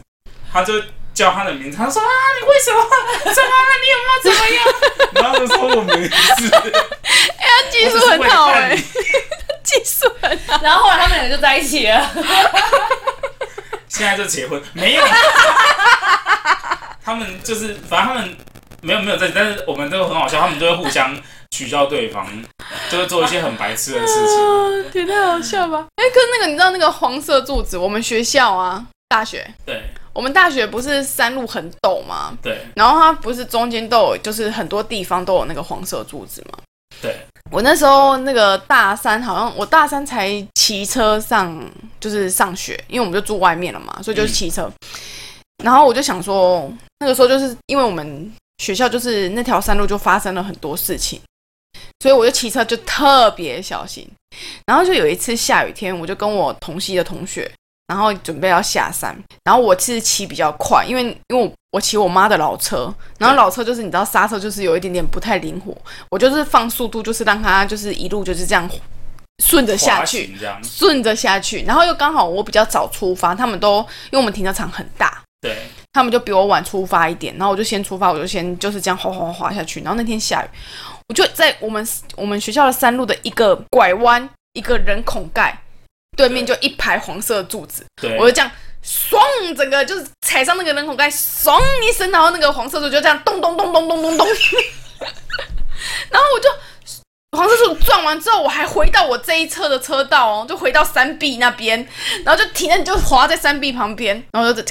B: 他就。叫他的名字，他说啊，你为什么？怎么了？你有没有怎么样？然后就说我没事，
C: 他技术
B: 我只是为
C: 很
B: 了
C: 好
B: 看
C: 哎、
B: 你
C: 技 术很 好，
A: 然后后来他们两个就在一起了。
B: 现在就结婚，没有。他们就是，反正他们没有没有在，但是我们都很好笑，他们就会互相取笑对方，就会做一些很白痴的事情。
C: 啊天，太好笑吧？哎、可是那个你知道那个黄色柱子，我们学校啊，大学，
B: 对
C: 我们大学不是山路很陡吗？
B: 对
C: 然后它不是中间都有，就是很多地方都有那个黄色柱子嘛。
B: 对，
C: 我那时候那个大三，好像我大三才骑车上，就是上学，因为我们就住外面了嘛，所以就是骑车。然后我就想说，那个时候就是因为我们学校就是那条山路就发生了很多事情，所以我就骑车就特别小心。然后就有一次下雨天，我就跟我同系的同学，然后准备要下山，然后我是骑比较快，因为因为我我骑我妈的老车，然后老车就是你知道刹车就是有一点点不太灵活，我就是放速度，就是让它就是一路就是这样顺着下
B: 滑
C: 去，
B: 行这样，
C: 顺着下去，然后又刚好我比较早出发，他们都因为我们停车场很大，
B: 对
C: 他们就比我晚出发一点，然后我就先出发，我就先就是这样滑滑滑滑下去。然后那天下雨，我就在我们我们学校的山路的一个拐弯，一个人孔盖对面就一排黄色的柱子，
B: 对
C: 我就这样。爽，整个就是踩上那个人孔盖，爽一声，然后那个黄色柱就这样咚咚咚咚咚咚咚， 然后我就黄色柱撞完之后，我还回到我这一侧的车道哦，就回到山壁那边，然后就停在就滑在山壁旁边，然后就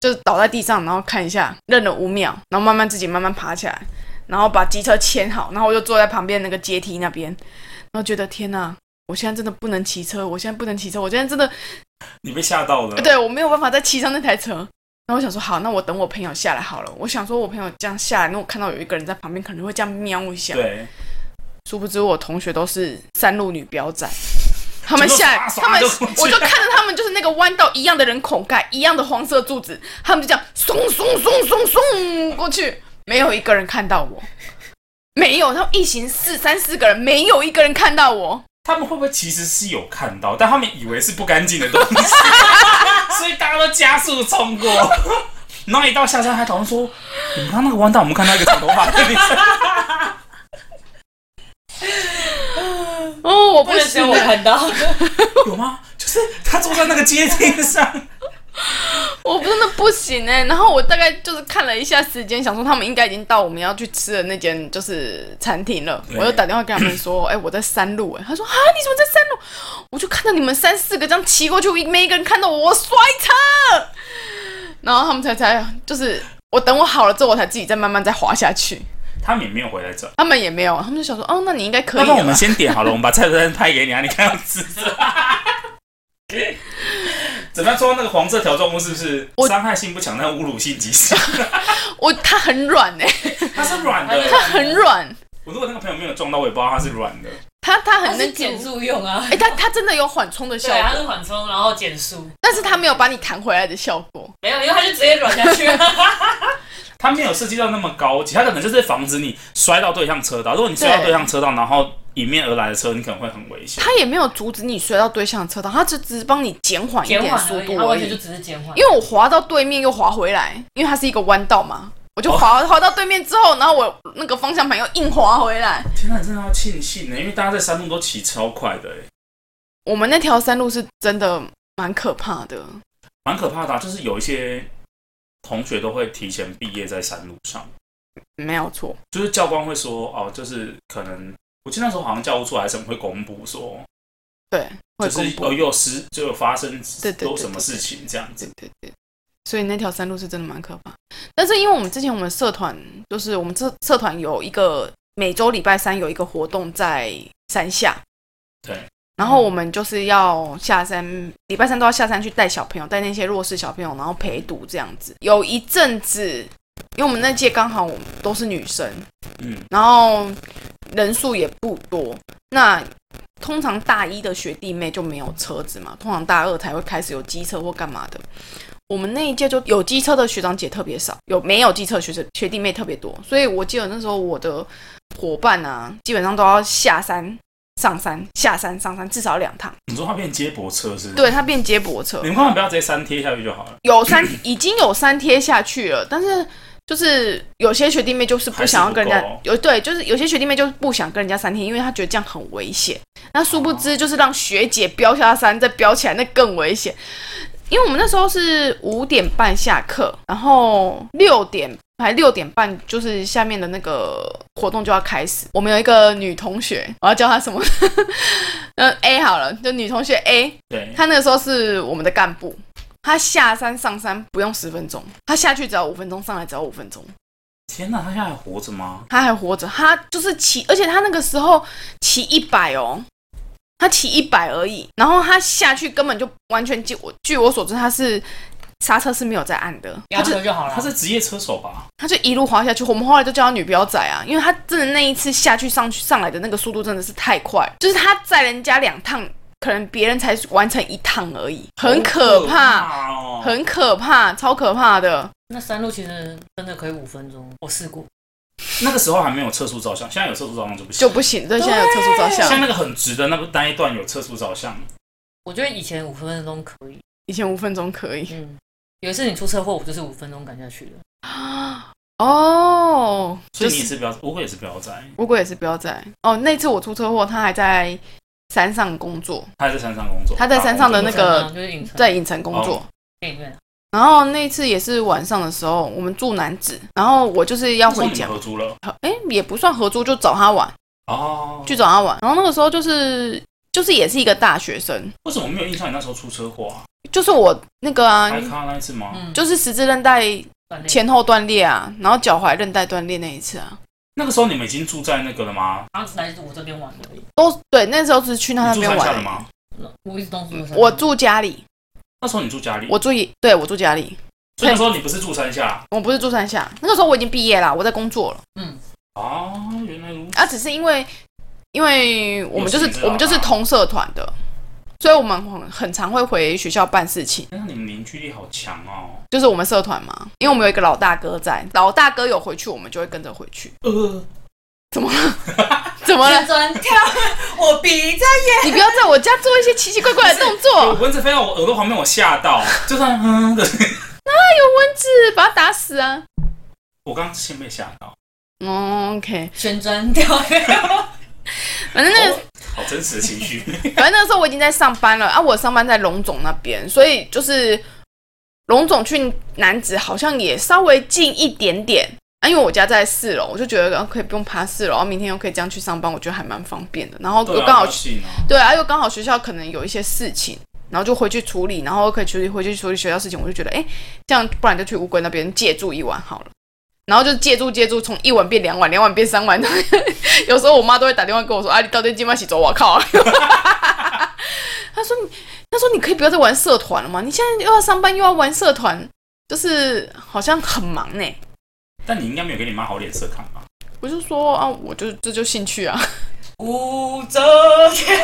C: 就是倒在地上，然后看一下，愣了五秒，然后慢慢自己慢慢爬起来，然后把机车牵好，然后我就坐在旁边那个阶梯那边，然后觉得天哪，我现在真的不能骑车，我现在不能骑车，我现在真的
B: 你被吓到了。
C: 对我没有办法再骑上那台车。然后我想说，好，那我等我朋友下来好了。我想说，我朋友这样下来，那我看到有一个人在旁边，可能会这样瞄一下。
B: 对，
C: 殊不知我同学都是山路女 标仔，他们下来，
B: 就
C: 他们
B: 就过去
C: 我就看着他们就是那个弯道一样的人孔盖，一样的黄色柱子，他们就这样松松松松松过去，没有一个人看到我，没有，他们一行四三四个人，没有一个人看到我。
B: 他们会不会其实是有看到，但他们以为是不干净的东西， 所以大家都加速冲过。然后一到下山还讨论说，你们刚刚那个弯道，我们看到一个长头发的女生。
C: 哦，我
A: 不
C: 不
A: 能只有
C: 行
A: 我
C: 了，
A: 看到，
B: 有吗？就是他坐在那个阶梯上，
C: 我真的不行哎、然后我大概就是看了一下时间，想说他们应该已经到我们要去吃的那间就是餐厅了，
B: 对
C: 我就打电话跟他们说，哎、我在山路哎、他说啊，你怎么在山路？我就看到你们三四个这样骑过去，没一个人看到我，我摔车，然后他们才才就是我等我好了之后，我才自己再慢慢再滑下去。
B: 他们也没有回来这。
C: 他们也没有，他们就想说，哦，那你应该可
B: 要
C: 以
B: 不然我
C: 了
B: 们
C: 吧。
B: 先点好了，我们把菜单拍给你啊，你看要吃什么 怎么样说那个黄色条状物是不是
C: 我
B: 伤害性不强，但侮辱性极强？
C: 我它很软哎、
B: 它是软
C: 它
B: 的。
C: 很软，
B: 我如果那个朋友没有撞到，我也不知道它是软的。
C: 它它
A: 它
C: 很
A: 是
C: 能
A: 减。速用啊
C: 哎、。它它真的有缓冲的效
A: 对啊，它
C: 果，
A: 是缓冲，然后减速，
C: 但是它没有把你弹回来的效果。
A: 没有，因为它就直接软下 去了。
B: 它没有设计到那么高级，它可能就是防止你摔到对向车道。如果你摔到
C: 对
B: 对向车道，然后迎面而来的车，你可能会很危险。
C: 他也没有阻止你摔到对向的车道，他就只是帮你减缓一
A: 减
C: 点
A: 缓
C: 速
A: 而已，
C: 度
A: 它
C: 而
A: 完全就
C: 已。
A: 只是减缓。
C: 因为我滑到对面又滑回来，因为它是一个弯道嘛，
A: 哦
C: 我就滑、 滑到对面之后，然后我那个方向盘又硬滑回来。
B: 天哪，真的要庆幸呢、因为大家在山路都骑超快的、欸，
C: 我们那条山路是真的蛮可怕的，
B: 蛮可怕的啊、就是有一些同学都会提前毕业在山路上。
C: 没有错，
B: 就是教官会说哦，就是可能我记得那时候好像教务处还是什么会公布说，
C: 对，会
B: 就是
C: 公布
B: 哦，又有失就有发生
C: 对对
B: 有
C: 对
B: 什么
C: 对
B: 事
C: 对
B: 情这样
C: 对
B: 子，
C: 对对，所以那条山路是真的蛮可怕。但是因为我们之前我们社团就是我们社社团有一个每周礼拜三有一个活动在山下，
B: 对，
C: 然后我们就是要下山，礼拜三都要下山去带小朋友，带那些弱势小朋友，然后陪读这样子。有一阵子，因为我们那届刚好我们都是女生，
B: 嗯，
C: 然后人数也不多。那通常大一的学弟妹就没有车子嘛，通常大二才会开始有机车或干嘛的。我们那一届就有机车的学长姐特别少，有没有机车的学生学弟妹特别多，所以我记得那时候我的伙伴啊，基本上都要下山、上山、下山、上山，至少两趟。
B: 你说他变接驳车是不是？
C: 对，它变接驳车
B: 你，们干嘛不要直接三贴下去就好了？
C: 有三已经有三贴下去了，但是就是有些学弟妹就是不想要跟人
B: 还
C: 家
B: 是不够哦
C: 有对，就是有些学弟妹就是不想跟人家三贴，因为他觉得这样很危险。那殊不知就是让学姐飙下山再飙起来，那更危险。因为我们那时候是五点半下课，然后六点还六点半就是下面的那个活动就要开始。我们有一个女同学，我要叫她什么？ 呃 A 好了，就女同学 A，
B: 对，
C: 他那个时候是我们的干部，他下山上山不用十分钟，他下去只要五分钟，上来只要五分钟，
B: 天哪，他现在还活着吗？
C: 他还活着。他就是骑，而且他那个时候骑一百哦，他骑一百而已。然后他下去根本就完全就我据我所知，他是刹车是没有在按的，
A: 压
C: 他就
A: 车就好了。
B: 他是职业车手吧？
C: 他就一路滑下去。我们后来都叫他女标仔啊，因为他真的那一次下去上去上来的那个速度真的是太快，就是他载人家两趟。可能别人才完成一趟而已，很可怕。
B: 好可哦！
C: 很可怕，超可怕的。
A: 那山路其实真的可以五分钟，我试过。
B: 那个时候还没有测速照相，现在有测速照相就不行。
C: 就不行，对，现在有测速照
B: 像
C: 相，
B: 那个很直的那个那一段有测速照相，
A: 我觉得以前五分钟可以，
C: 以前五分钟可以。
A: 嗯，有一次你出车祸，我就是五分钟赶下去的。
C: 哦，
B: 所
C: 就
B: 以你也
C: 是
B: 是标，我也是标仔，
C: 乌龟也是不要在哦。那次我出车祸，他还在山上工作，
B: 他还在山上工作，啊
C: 他在山上的那个
A: 五分钟就是影城
C: 在影城工作。
B: 哦
A: 电影院，
C: 然后那次也是晚上的时候，我们住南子，然后我就是要
B: 打工
C: 回
B: 那时
C: 家
B: 候你们，合租了
C: 哎、也不算合租，就找他玩，
B: 哦。
C: 去找他玩。然后那个时候就是就是也是一个大学生，
B: 为什么没有印象你那时候出车祸啊？
C: 就是我那个啊，
B: 还看到那一次吗？
A: 嗯，
C: 就是十字韧带
A: 锻炼
C: 前后断裂啊，然后脚踝韧带断裂那一次啊。
B: 那个时候你们已经住在那个了吗？
A: 然后来我这边玩而已。
C: 都对，那时候是去嗯他
B: 你
C: 那
B: 住
C: 边
B: 山下了
C: 玩。
B: 吗？
A: 我一直都住山上
C: 我住家里，
B: 那时候你住家里，
C: 我住一对我住家里，
B: 所以那时候你不是住山下
C: 我不是住山下。那个时候我已经毕业啦，我在工作了
A: 嗯，
B: 哦，原来如此。
C: 啊，只是因为因为我们就
B: 有事你知啊
C: 是
B: 道
C: 我们就是同社团的，所以我们很很常会回学校办事情，
B: 那你们凝聚力好强哦。
C: 就是我们社团嘛，因为我们有一个老大哥在，老大哥有回去，我们就会跟着回去。
B: 呃，
C: 怎么了？怎 么了？
A: 专跳，我比在
C: 你不要在我家做一些奇奇怪怪的 动
B: 有
C: 作，
B: 蚊子飞到我耳朵旁边，我吓到，就算嗯的，
C: 是把他打死啊！
B: 我刚刚先被吓到，
C: 嗯，OK，
A: 旋转跳 跃，
C: 反正那个
B: 好真实的情绪。
C: 反正那个时候我已经在上班了啊，我上班在龙总那边，所以就是龙总去南子好像也稍微近一点点啊，因为我家在四楼，我就觉得啊可以不用爬四楼，然后明天又可以这样去上班，我觉得还蛮方便的。然后
B: 对
C: 又
B: 啊
C: 刚好
B: 不要信哦
C: 对啊，又刚好学校可能有一些事情，然后就回去处理，然后可以处理回去处理学校事情，我就觉得哎、诶这样不然就去乌龟那边借住一晚好了。然后就借住借住，从一晚变两晚，两晚变三晚。有时候我妈都会打电话跟我说：“啊，你到底今晚洗走我靠、啊！”她说你，她说你可以不要再玩社团了吗？你现在又要上班又要玩社团，就是好像很忙呢。
B: 但你应该没有给你妈好脸色看吧？
C: 我就说啊，我就这就兴趣啊，
A: 五周天，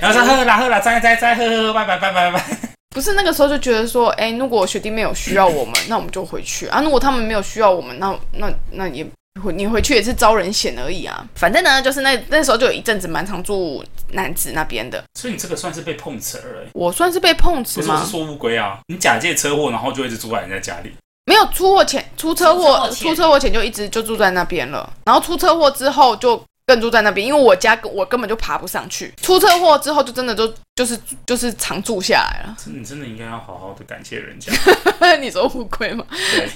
B: 然后说喝啦喝啦，摘摘摘，喝喝喝，拜拜拜拜拜拜。
C: 不是那个时候就觉得说，哎、如果学弟妹有需要我们，那我们就回去啊；如果他们没有需要我们，那那那也回你回去也是招人嫌而已啊。反正呢，就是那那时候就有一阵子蛮常住南子那边的，
B: 所以你这个算是被碰瓷儿了、欸。
C: 我算是被碰
B: 不
C: 瓷
B: 是我是
C: 吗？
B: 说乌龟啊，你假借车祸，然后就一直住在人家家里。
C: 没有出祸前出车
A: 出车祸
C: 祸，
A: 前
C: 出车祸前就一直就住在那边了，然后出车祸之后就更住在那边，因为我家我根本就爬不上去。出车祸之后，就真的就就是就是常住下来了。
B: 真的你真的应该要好好的感谢人家。
C: 你说乌龟吗？
B: 对，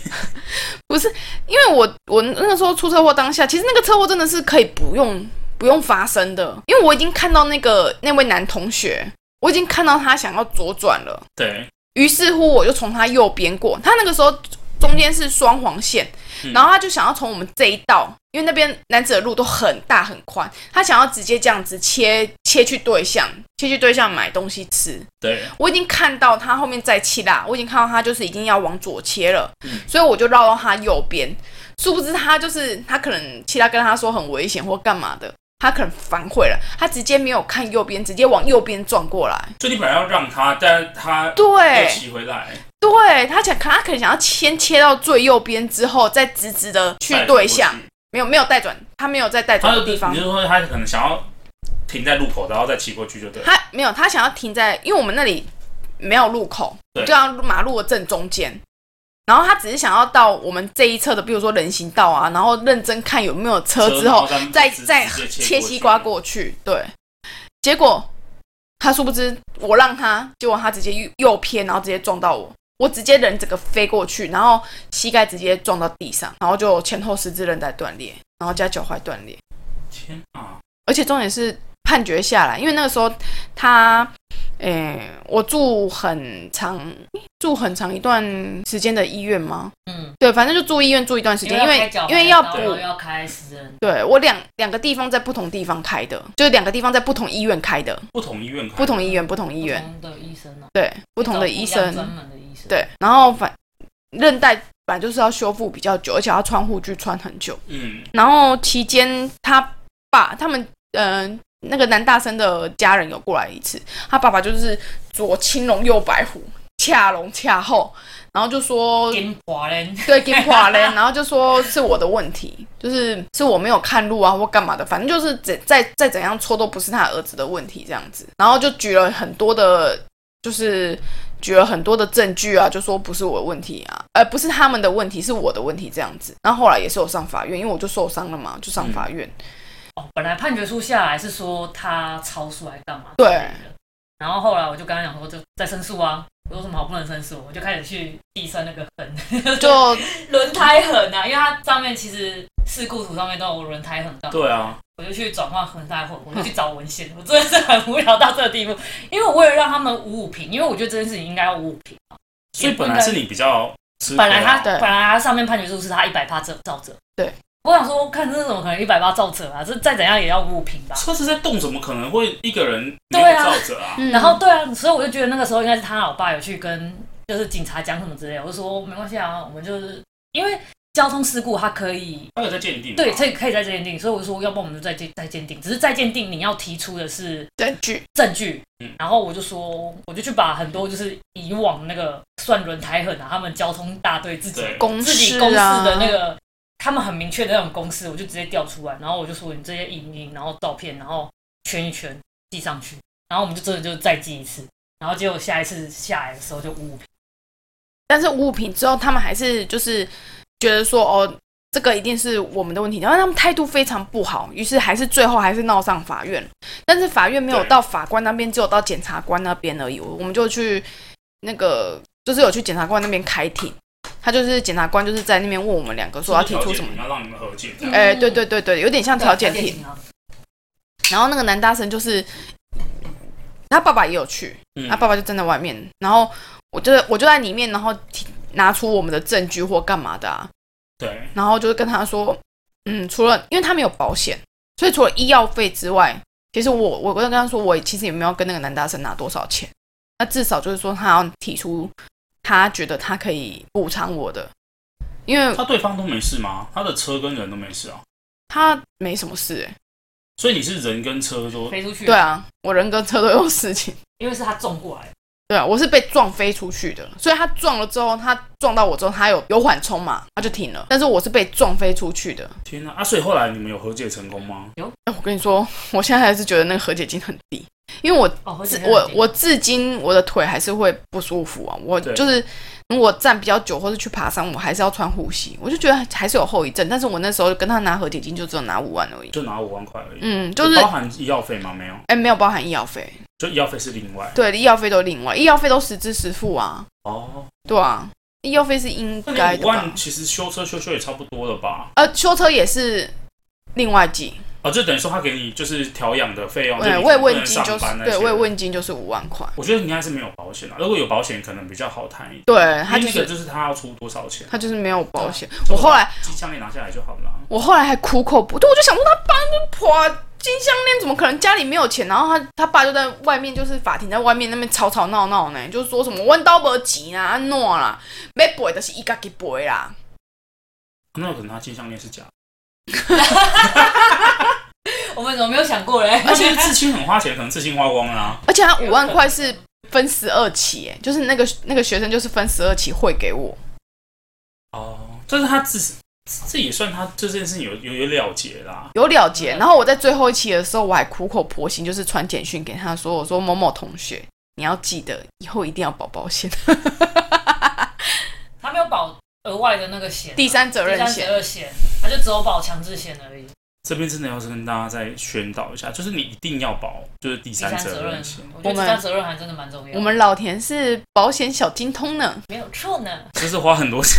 C: 因为我我那个时候出车祸当下，其实那个车祸真的是可以不用不用发生的，因为我已经看到那个那位男同学，我已经看到他想要左转了，
B: 对，
C: 于是乎我就从他右边过，他那个时候中间是双黄线，
B: 嗯
C: 然后他就想要从我们这一道，因为那边男子的路都很大很宽，他想要直接这样子切切去对向，切去对向买东西吃，
B: 对，
C: 我已经看到他后面在气啦，我已经看到他就是已经要往左切了，
B: 嗯
C: 所以我就绕到他右边。殊不知他就是他可能气拉跟他说很危险或干嘛的，他可能反悔了，他直接没有看右边，直接往右边撞过来。
B: 就你本来要让他，但他又
C: 对
B: 骑回来，
C: 对，他想他可能想要先切到最右边之后，再直直的去
B: 带
C: 对
B: 过
C: 向，没有没有带转，他没有在带
B: 他
C: 转
B: 就
C: 的地方
B: 你。就说他可能想要停在路口，然后再骑过去就对了。
C: 他没有，他想要停在，因为我们那里没有路口，
B: 对
C: 就像马路的正中间。然后他只是想要到我们这一侧的，比如说人行道啊，然后认真看有没有车之后，
B: 然
C: 再
B: 直
C: 再
B: 直接
C: 切
B: 去
C: 西瓜过去。对，结果他殊不知我让他，结果他直接右右偏，然后直接撞到我，我直接人整个飞过去，然后膝盖直接撞到地上，然后就前后十字韧带断裂，然后加脚踝断裂。
B: 天啊！
C: 而且重点是判决下来，因为那个时候他，诶、我住很长，住很长一段时间的医院吗？
A: 嗯，
C: 对，反正就住医院住一段时间，因
A: 要
C: 为
A: 开脚踝
C: 因为要
A: 然
C: 补
A: 后，要开私人，
C: 对我两两个地方在不同地方开的，就是两个地方在不同医院开的，
B: 不同医院开
C: 不同医院不同医院，
A: 不同的医生哦，
C: 对，不同的
A: 找
C: 医
A: 一样
C: 生，
A: 专门的医生，，
C: 对，然后反韧带本来就是要修复比较久，而且要穿护具穿很久。
B: 嗯，
C: 然后期间他爸他们嗯、呃那个男大生的家人有过来一次，他爸爸就是左青龙右白虎，恰龙恰后，然后就说
A: 金华人，
C: 对给垮嘞，然后就说是我的问题，就是是我没有看路啊或干嘛的，反正就是怎再再怎样错都不是他儿子的问题这样子，然后就举了很多的，就是举了很多的证据啊，就说不是我的问题啊，呃不是他们的问题，是我的问题这样子，然后后来也是有上法院，因为我就受伤了嘛，就上法院，
A: 哦，本来判决书下来是说他超速来干嘛？
C: 对
A: 的。然后后来我就跟他讲说，就再申诉啊，我有什么好不能申诉？我就开始去递升那个痕，
C: 就
A: 轮胎痕啊，因为它上面其实事故图上面都有轮胎痕到，
B: 对啊，
A: 我就去转换轮胎痕，我就去找文献，我真的是很无聊到这个地步，因为我为了让他们五五平，因为我觉得这件事情应该要五五平。
B: 所以本来是你比较吃亏啊，
A: 本来他
C: 对
A: 本来他上面判决书是他一百八照照着，
C: 对
A: 我想说，看这怎么可能一百八照着啊？这再怎样也要五五平吧。
B: 车子在动，怎么可能会一个人
A: 对
B: 没有
A: 啊
B: 照着啊？
C: 嗯
A: 然后对啊，所以我就觉得那个时候应该是他老爸有去跟就是警察讲什么之类的，我就说没关系啊，我们就是因为交通事故它可以
B: 他有在鉴定吗，
A: 对，所以可以再鉴定，所以我就说要不然我们就再鉴再鉴定，只是再鉴定你要提出的是
C: 证据，
A: 证据
B: 嗯，
A: 然后我就说我就去把很多就是以往那个算轮胎痕啊，他们交通大队自己
B: 对
C: 公
A: 自己
C: 示
A: 公司
C: 啊
A: 的那个，他们很明确的那种公式，我就直接调出来，然后我就说你这些影音，然后照片，然后圈一圈寄上去，然后我们就真的就再寄一次，然后结果下一次下来的时候就五五平，
C: 但是五五平之后，他们还是就是觉得说，哦，这个一定是我们的问题，然后他们态度非常不好，于是还是最后还是闹上法院。但是法院没有
B: 对
C: 到法官那边，只有到检察官那边而已。我们就去那个，就是有去检察官那边开庭，他就是检察官就是在那边问我们两个说要提出什么
B: 你。要让你们和解，这样
C: 哎、对对对对，有点像调解庭。
A: 啊，
C: 然后那个男大生就是他爸爸也有去，
B: 嗯
C: 他爸爸就站在外面，然后我就我就在里面，然后提拿出我们的证据或干嘛的啊，
B: 对，
C: 然后就是跟他说，嗯，除了因为他没有保险，所以除了医药费之外，其实我我跟他说，我其实也没有跟那个男大生拿多少钱，那至少就是说他要提出他觉得他可以补偿我的，因为
B: 他对方都没事吗？他的车跟人都没事啊，
C: 他没什么事、欸，
B: 所以你是人跟车都
A: 飞出去，
C: 对，啊，我人跟车都有事情。
A: 因为是他撞过来，
C: 对啊，我是被撞飞出去的，所以他撞了之后，他撞到我之后，他有有缓冲嘛，他就停了。但是我是被撞飞出去的。
B: 天啊啊！所以后来你们有和解成功吗？
C: 哎，我跟你说，我现在还是觉得那个和解金很低，因为我
A: 哦，而且
C: 自我我至今我的腿还是会不舒服啊，我
B: 对
C: 就是我站比较久或是去爬山，我还是要穿护膝，我就觉得还是有后遗症。但是我那时候跟他拿和解金就只有拿五万而已，
B: 就拿五万块而已。
C: 嗯，就是
B: 包含医药费吗？没有，
C: 哎、没有包含医药费，
B: 就医药费是另外。
C: 对，医药费都另外，医药费都实支实付啊，
B: 哦，
C: 对啊，医药费是应
B: 那
C: 该
B: 你
C: 的
B: 五
C: 吧
B: 万？其实修车修修也差不多了吧？
C: 呃，修车也是另外计，
B: 哦，就等于说他给你就是调养的费用，哦就
C: 对，
B: 你
C: 慰
B: 不
C: 问
B: 能
C: 金
B: 上
C: 就是
B: 班那
C: 对，
B: 些
C: 慰。问金就是五万块，
B: 我觉得应该是没有保险啊，如果有保险可能比较好谈一点。
C: 对他
B: 因
C: 就
B: 为那个
C: 是
B: 就是他要出多少钱，
C: 他就是没有保险。
B: 对啊
C: 我后来
B: 金项链拿下来就好了啊。
C: 我后来还苦口不对，我就想说他爸那破啊金项链怎么可能家里没有钱？然后他他爸就在外面，就是法庭在外面那边吵吵闹闹呢，就是说什么弯刀不急啊，安诺啦，没背的是一家给背啦。
B: 那有可能他金项链是假的，
A: 我们怎么没有想过嘞？
B: 而且刺青很花钱，可能刺青花光了啊。
C: 而且他五万块是分十二期，哎，就是那个那个学生就是分十二期汇给我。
B: 哦，但是他自这也算他对这件事情有有有了解啦。
C: 有了结。然后我在最后一期的时候，我还苦口婆心，就是传简讯给他说：“我说某某同学，你要记得以后一定要保保险，
A: 他没有保额外的那个险啊，
C: 第三责
A: 第
C: 任
A: 三
C: 险
A: 险、。二险，他就只有保强制险而已。
B: 这边真的要是跟大家再宣导一下，就是你一定要保，就是第
A: 第
B: 三
A: 三
B: 责
A: 责任
B: 险，，
A: 我觉得第三责任还真的蛮重要。
C: 我们老田是保险小精通呢。
A: 没有错呢。
B: 就是花很多钱。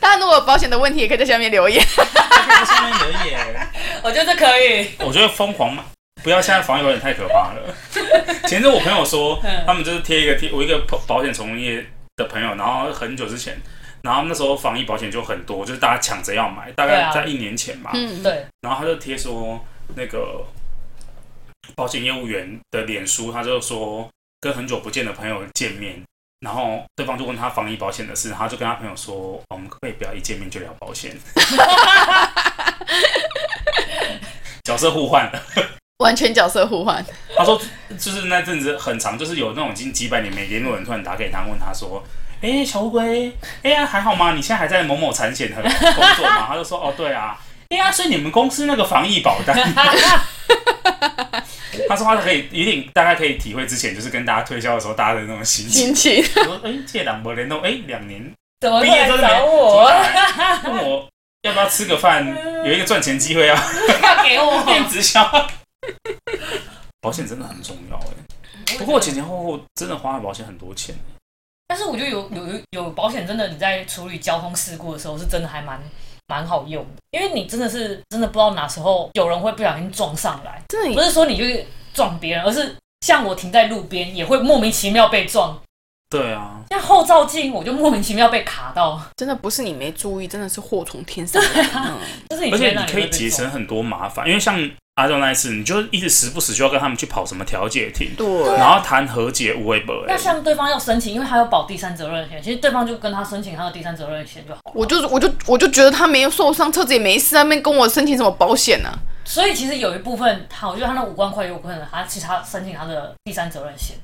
C: 大家如果有保险的问题，也可以在下面留言。
B: 下面留言，
A: 我觉得这可以。
B: 我觉得疯狂买，不要现在防疫保险太可怕了。 前阵我朋友说，
A: 嗯
B: 他们就是贴一个贴，我一个保保险从业的朋友，然后很久之前，然后那时候防疫保险就很多，就是大家抢着要买，大
A: 对
B: 概
A: 啊
B: 在一年前嘛，
C: 嗯，
A: 对，
B: 然后他就贴说那个保险业务员的脸书，他就说跟很久不见的朋友见面，然后对方就问他防疫保险的事，他就跟他朋友说，哦我们可不可以不要一见面就聊保 险？角色互换了。
C: 完全角色互 换。
B: 他说， 就是那阵子很长，就是有那种已经几百年没联络的人突然打给他，问他说：“哎、小乌龟，哎、呀，还好吗？你现在还在某某产险和工作吗？”他就说：“哦，对啊。”哎呀，所以你们公司那个防 疫保单，他说他可以有点大概可以体会之前就是跟大家推销的时候大家的那种心 情。
C: 亲戚，
B: 我说：“哎、这两波联动，哎、两年
A: 怎么
B: 毕
A: 会
B: 业
A: 来
B: 之后就没
A: 找我？
B: 怎么来问我要不要吃个饭，有一个赚钱机会啊，
A: 要给我。
B: 变直销。保险真的很重要哎、不过我前前后后真的花了保险很多钱，
A: 但是我觉得有有有有保险，真的你在处理交通事故的时候，是真的还蛮蛮好用的，因为你真的是真的不知道哪时候有人会不小心撞上来，
C: 真
A: 不
C: 的
A: 是说你就是撞别人，而是像我停在路边也会莫名其妙被撞，
B: 对啊，
A: 像后照镜我就莫名其妙被卡到，
C: 真的不是你没注意，真的是祸从天上来。 嗯
A: 就是你
B: 而且
A: 觉得
B: 你
A: 哪里
B: 可
A: 会
B: 以
A: 被
B: 节
A: 撞
B: 省很多麻烦，因为像阿忠那一次，你就一直时不时就要跟他们去跑什么调解庭，
C: 对，啊
B: 然后谈和解、无欸为不
A: 啊那像对方要申请，因为他有保第三责任险，其实对方就跟他申请他的第三责任险就好了。
C: 我就我就我就觉得他没有受伤，车子也没事，他们跟我申请什么保险呢、
A: 所以其实有一部分他，我觉得他那五万块有可能他其实他申请他的第三责任险，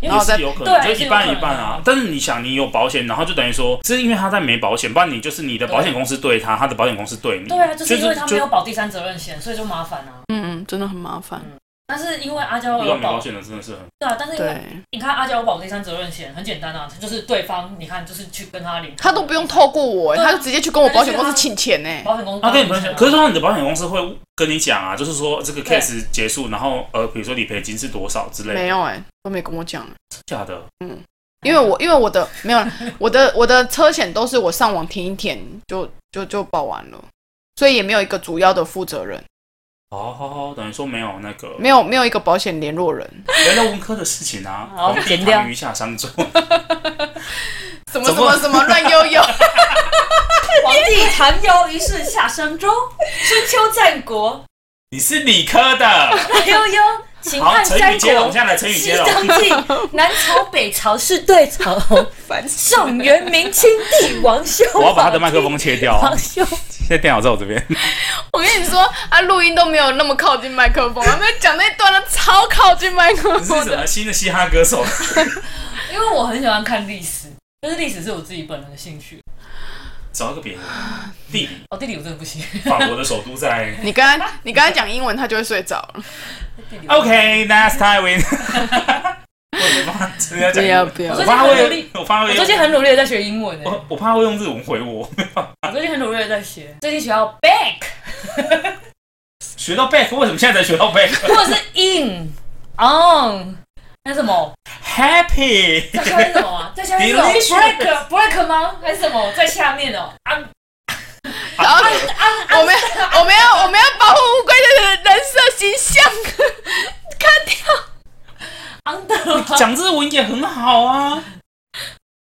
A: 因为
C: 然后再
B: 是有可能，
A: 对
B: 就一半一半
A: 是有可
B: 啊
A: 能。
B: 但是你想，你有保险，然后就等于说，是因为他在没保险，不然你就是你的保险公司对他，他的保险公司对你。
A: 对啊，就是因为他
B: 就
A: 没有保第三责任险，所以就麻烦啊。
C: 嗯嗯，真的很麻烦。
A: 但是因为阿娇
B: 遇到
A: 有
B: 没
A: 保
B: 保，险的真的是很，
A: 对啊，但是因为
C: 对。
A: 你看阿娇有保第三责任险，很简单啊，就是对方你看就是去跟他领，
C: 他都不用透过我、
A: 对啊
C: 他就直接去跟我保险公司请钱欸呢、
A: 保险公司
B: 他
A: 帮
B: 跟
A: 你
B: 你
A: 领
B: 保
A: 啊，
B: 险，可是说你的保险公司会跟你讲啊，就是说这个
A: 对
B: case 结束，然后呃，比如说理赔金是多少之类的，
C: 没有哎、都没跟我讲，
B: 假的，
C: 因为我因为我的没 有，我的我的车险都是我上网填一填就就就报完了，所以也没有一个主要的负责人，
B: 哦，好好，等于说没有那个
C: 没有没有一个保险联络人，
B: 聊聊文科的事情啊，
A: 好
B: 皇帝
A: 剪掉
B: 唐虞下商周，
C: 什
B: 怎
C: 么什
B: 么
C: 么什么乱悠 悠，
A: 皇帝残忧，于是下商周，春秋战国，
B: 你是理科 的，啊
A: 悠悠，秦
B: 好，
A: 汉
B: 成
A: 三
B: 语接龙，
A: 国
B: 现。在来成语
A: 西
B: 接龙，
A: 藏记，南朝北朝是对朝，
C: 烦死了
A: 宋元明清帝王修。
B: 我要把他的麦克风切掉，
A: 王修，
B: 现在电脑在我这 边。
C: 我跟你说，他录音都没有那么靠近麦克风，他们讲那段都超靠近麦克
B: 你是
C: 风
B: 什
C: 的，
B: 么新的嘻哈歌手？
A: 因为我很喜欢看历史，但是历史是我自己本人的兴趣。
B: 找一个别人，地理，
A: 哦，地理我真的不行。
B: 法国的首都在。
C: 你刚刚你刚刚讲英文，他就会睡着了。
A: 地理我
B: OK，next、time we 。为什我怕真的要讲
C: 不
B: 英
C: 要
B: 文，
C: 不
A: 我最近
B: 我怕
C: 要
A: 很努
B: 会
A: 力，
B: 我怕会
A: 我最近很努力的在学英文诶、
C: 哦
B: 我我怕会用日文回我，
C: 啊
A: 我最近很努力的在学，最近学到 back
B: 学到 back，为什么现在才学到 back？Happy
A: 或者是 in on。那什么，在下面是什么啊？在下面是什么 break
B: Delicious
A: break 吗？还是什么？在下面哦，I'm
C: 然后我们要我们要我们要保护乌龟的人设形象，看掉。
A: under 吗？
B: 讲日文也很好啊，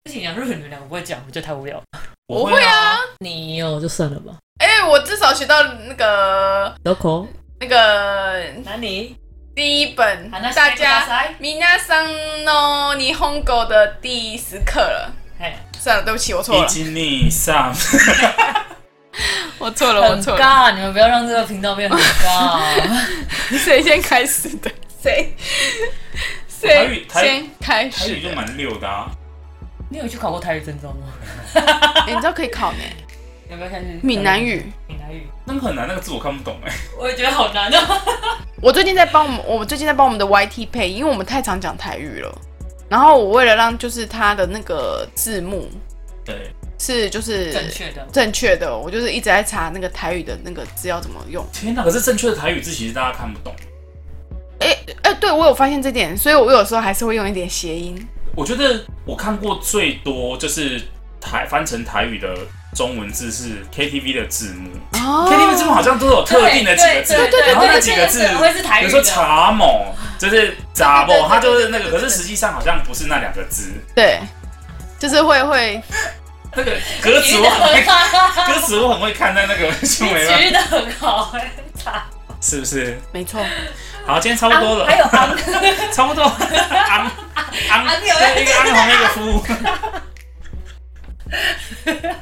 A: 不行，讲日本你们两个不会讲，我觉得太无聊。
C: 我会啊，
A: 你有就算了吧。
C: 哎、我至少学到那个
A: Loco，
C: 那个
A: 哪里？
C: 第一本
A: 好那
C: 大
A: 下一个大
C: 家
A: 赛
C: 米娜桑诺霓虹狗的第十课了。
A: 哎，
C: 算了，对不起，我错
B: 一
C: 了，
B: 斤以上，
C: 我错了，哦我
A: 很
C: 错了。
A: 尬，你们不要让这个频道变很尬。
C: 谁先开始的？谁？
B: 台语
C: 谁
B: 台
C: 先开
B: 台
C: 始哎
B: 语就
C: 的？
B: 蛮溜的啊。
A: 你有去考过台语证照吗？
C: 哎你知道可以考呢？
A: 有没有下去？
C: 闽南，语。
A: 闽南语，
B: 那个很难，那个字我看不懂哎、
A: 我也觉得好难哦。
C: 我最近在帮我们，我们最近在帮我们的 YT 配，因为我们太常讲台语了。然后我为了让就是它的那个字幕
B: 对，
C: 是就是
A: 正确的，
C: 正确的，我就是一直在查那个台语的那个资料怎么用。
B: 天哪！可是正确的台语字其实大家看不懂。
C: 哎、哎、对我有发现这点，所以我有时候还是会用一点谐音。
B: 我觉得我看过最多就是台翻成台语的中文字是 KTV 的字幕、
C: 哦
B: k t v 字幕好像都有特定的几个字，
A: 对对对对
B: 然后那几个字
A: 对对对对会是台语
B: 比
A: 的
B: 如说查某就是查
A: 对对对
B: 某，
A: 对
B: 它就是那
A: 对对
B: 个，可
A: 对
B: 是实际上好像不是那两个字，
C: 对，就是会会
B: 那个歌词我 很会 看，
A: 好，
B: 歌词我很会看，但那个就
A: 你
B: 没
A: 体
B: 办法，
A: 育的很好，哎很差。
B: 是不是？
C: 没错。
B: 好，今天差不多
A: 啊还
B: 了，
A: 有昂，
B: 差不多，昂昂
A: 昂有
B: 对一个昂旁边一个夫。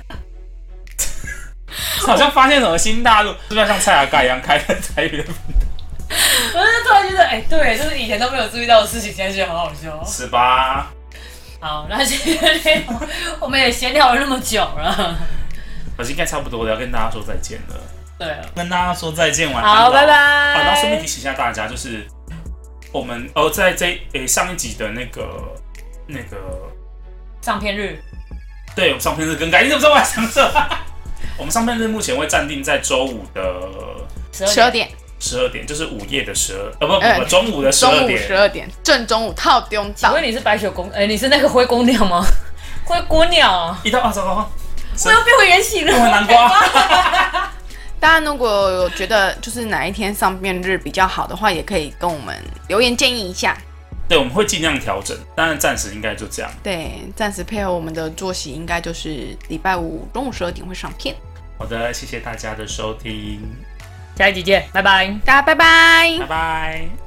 B: 好像发现什么新大陆，是不是要像蔡雅盖一样开个台语的？
A: 我是突然觉得，哎，对，就是以前都没有注意到的事情，现在觉得好好笑。
B: 十八，
A: 好，那今天我们也闲聊了那么久了，
B: 我应该差不多了，要跟大家说再见了，
A: 对了，
B: 跟大家说再见，晚安，
A: 好，拜。
B: 啊，然后顺便
A: 拜
B: 提。醒一下大家，就是我们哦，在这诶、上一集的那个那个，
A: 上片日，
B: 对我们上片日更改，你怎么知 道我要讲这？我们上片日目前会暂定在周五的
A: 十
C: 十二点，
B: 十二点，就是午夜的十二，呃不不不，
C: 哎
B: 中午的十二
C: 中午十
B: 点。
C: 二点，正中午套丢
A: 请
C: 到
A: 问。你是白雪公？哎、你是那个灰姑娘吗？ 灰姑娘，
B: 一到二糟糕，
A: 我要变回原形
B: 用完
A: 了。
B: 南瓜。
C: 大家如果有觉得就是哪一天上面日比较好的话，也可以跟我们留言建议一下。
B: 对，我们会尽量调整，当然暂时应该就这样。
C: 对，暂时配合我们的作息，应该就是礼拜五中午十二点会上片。
B: 好的，谢谢大家的收听，
A: 下一集见，拜拜。
C: 大家拜拜
B: 拜拜。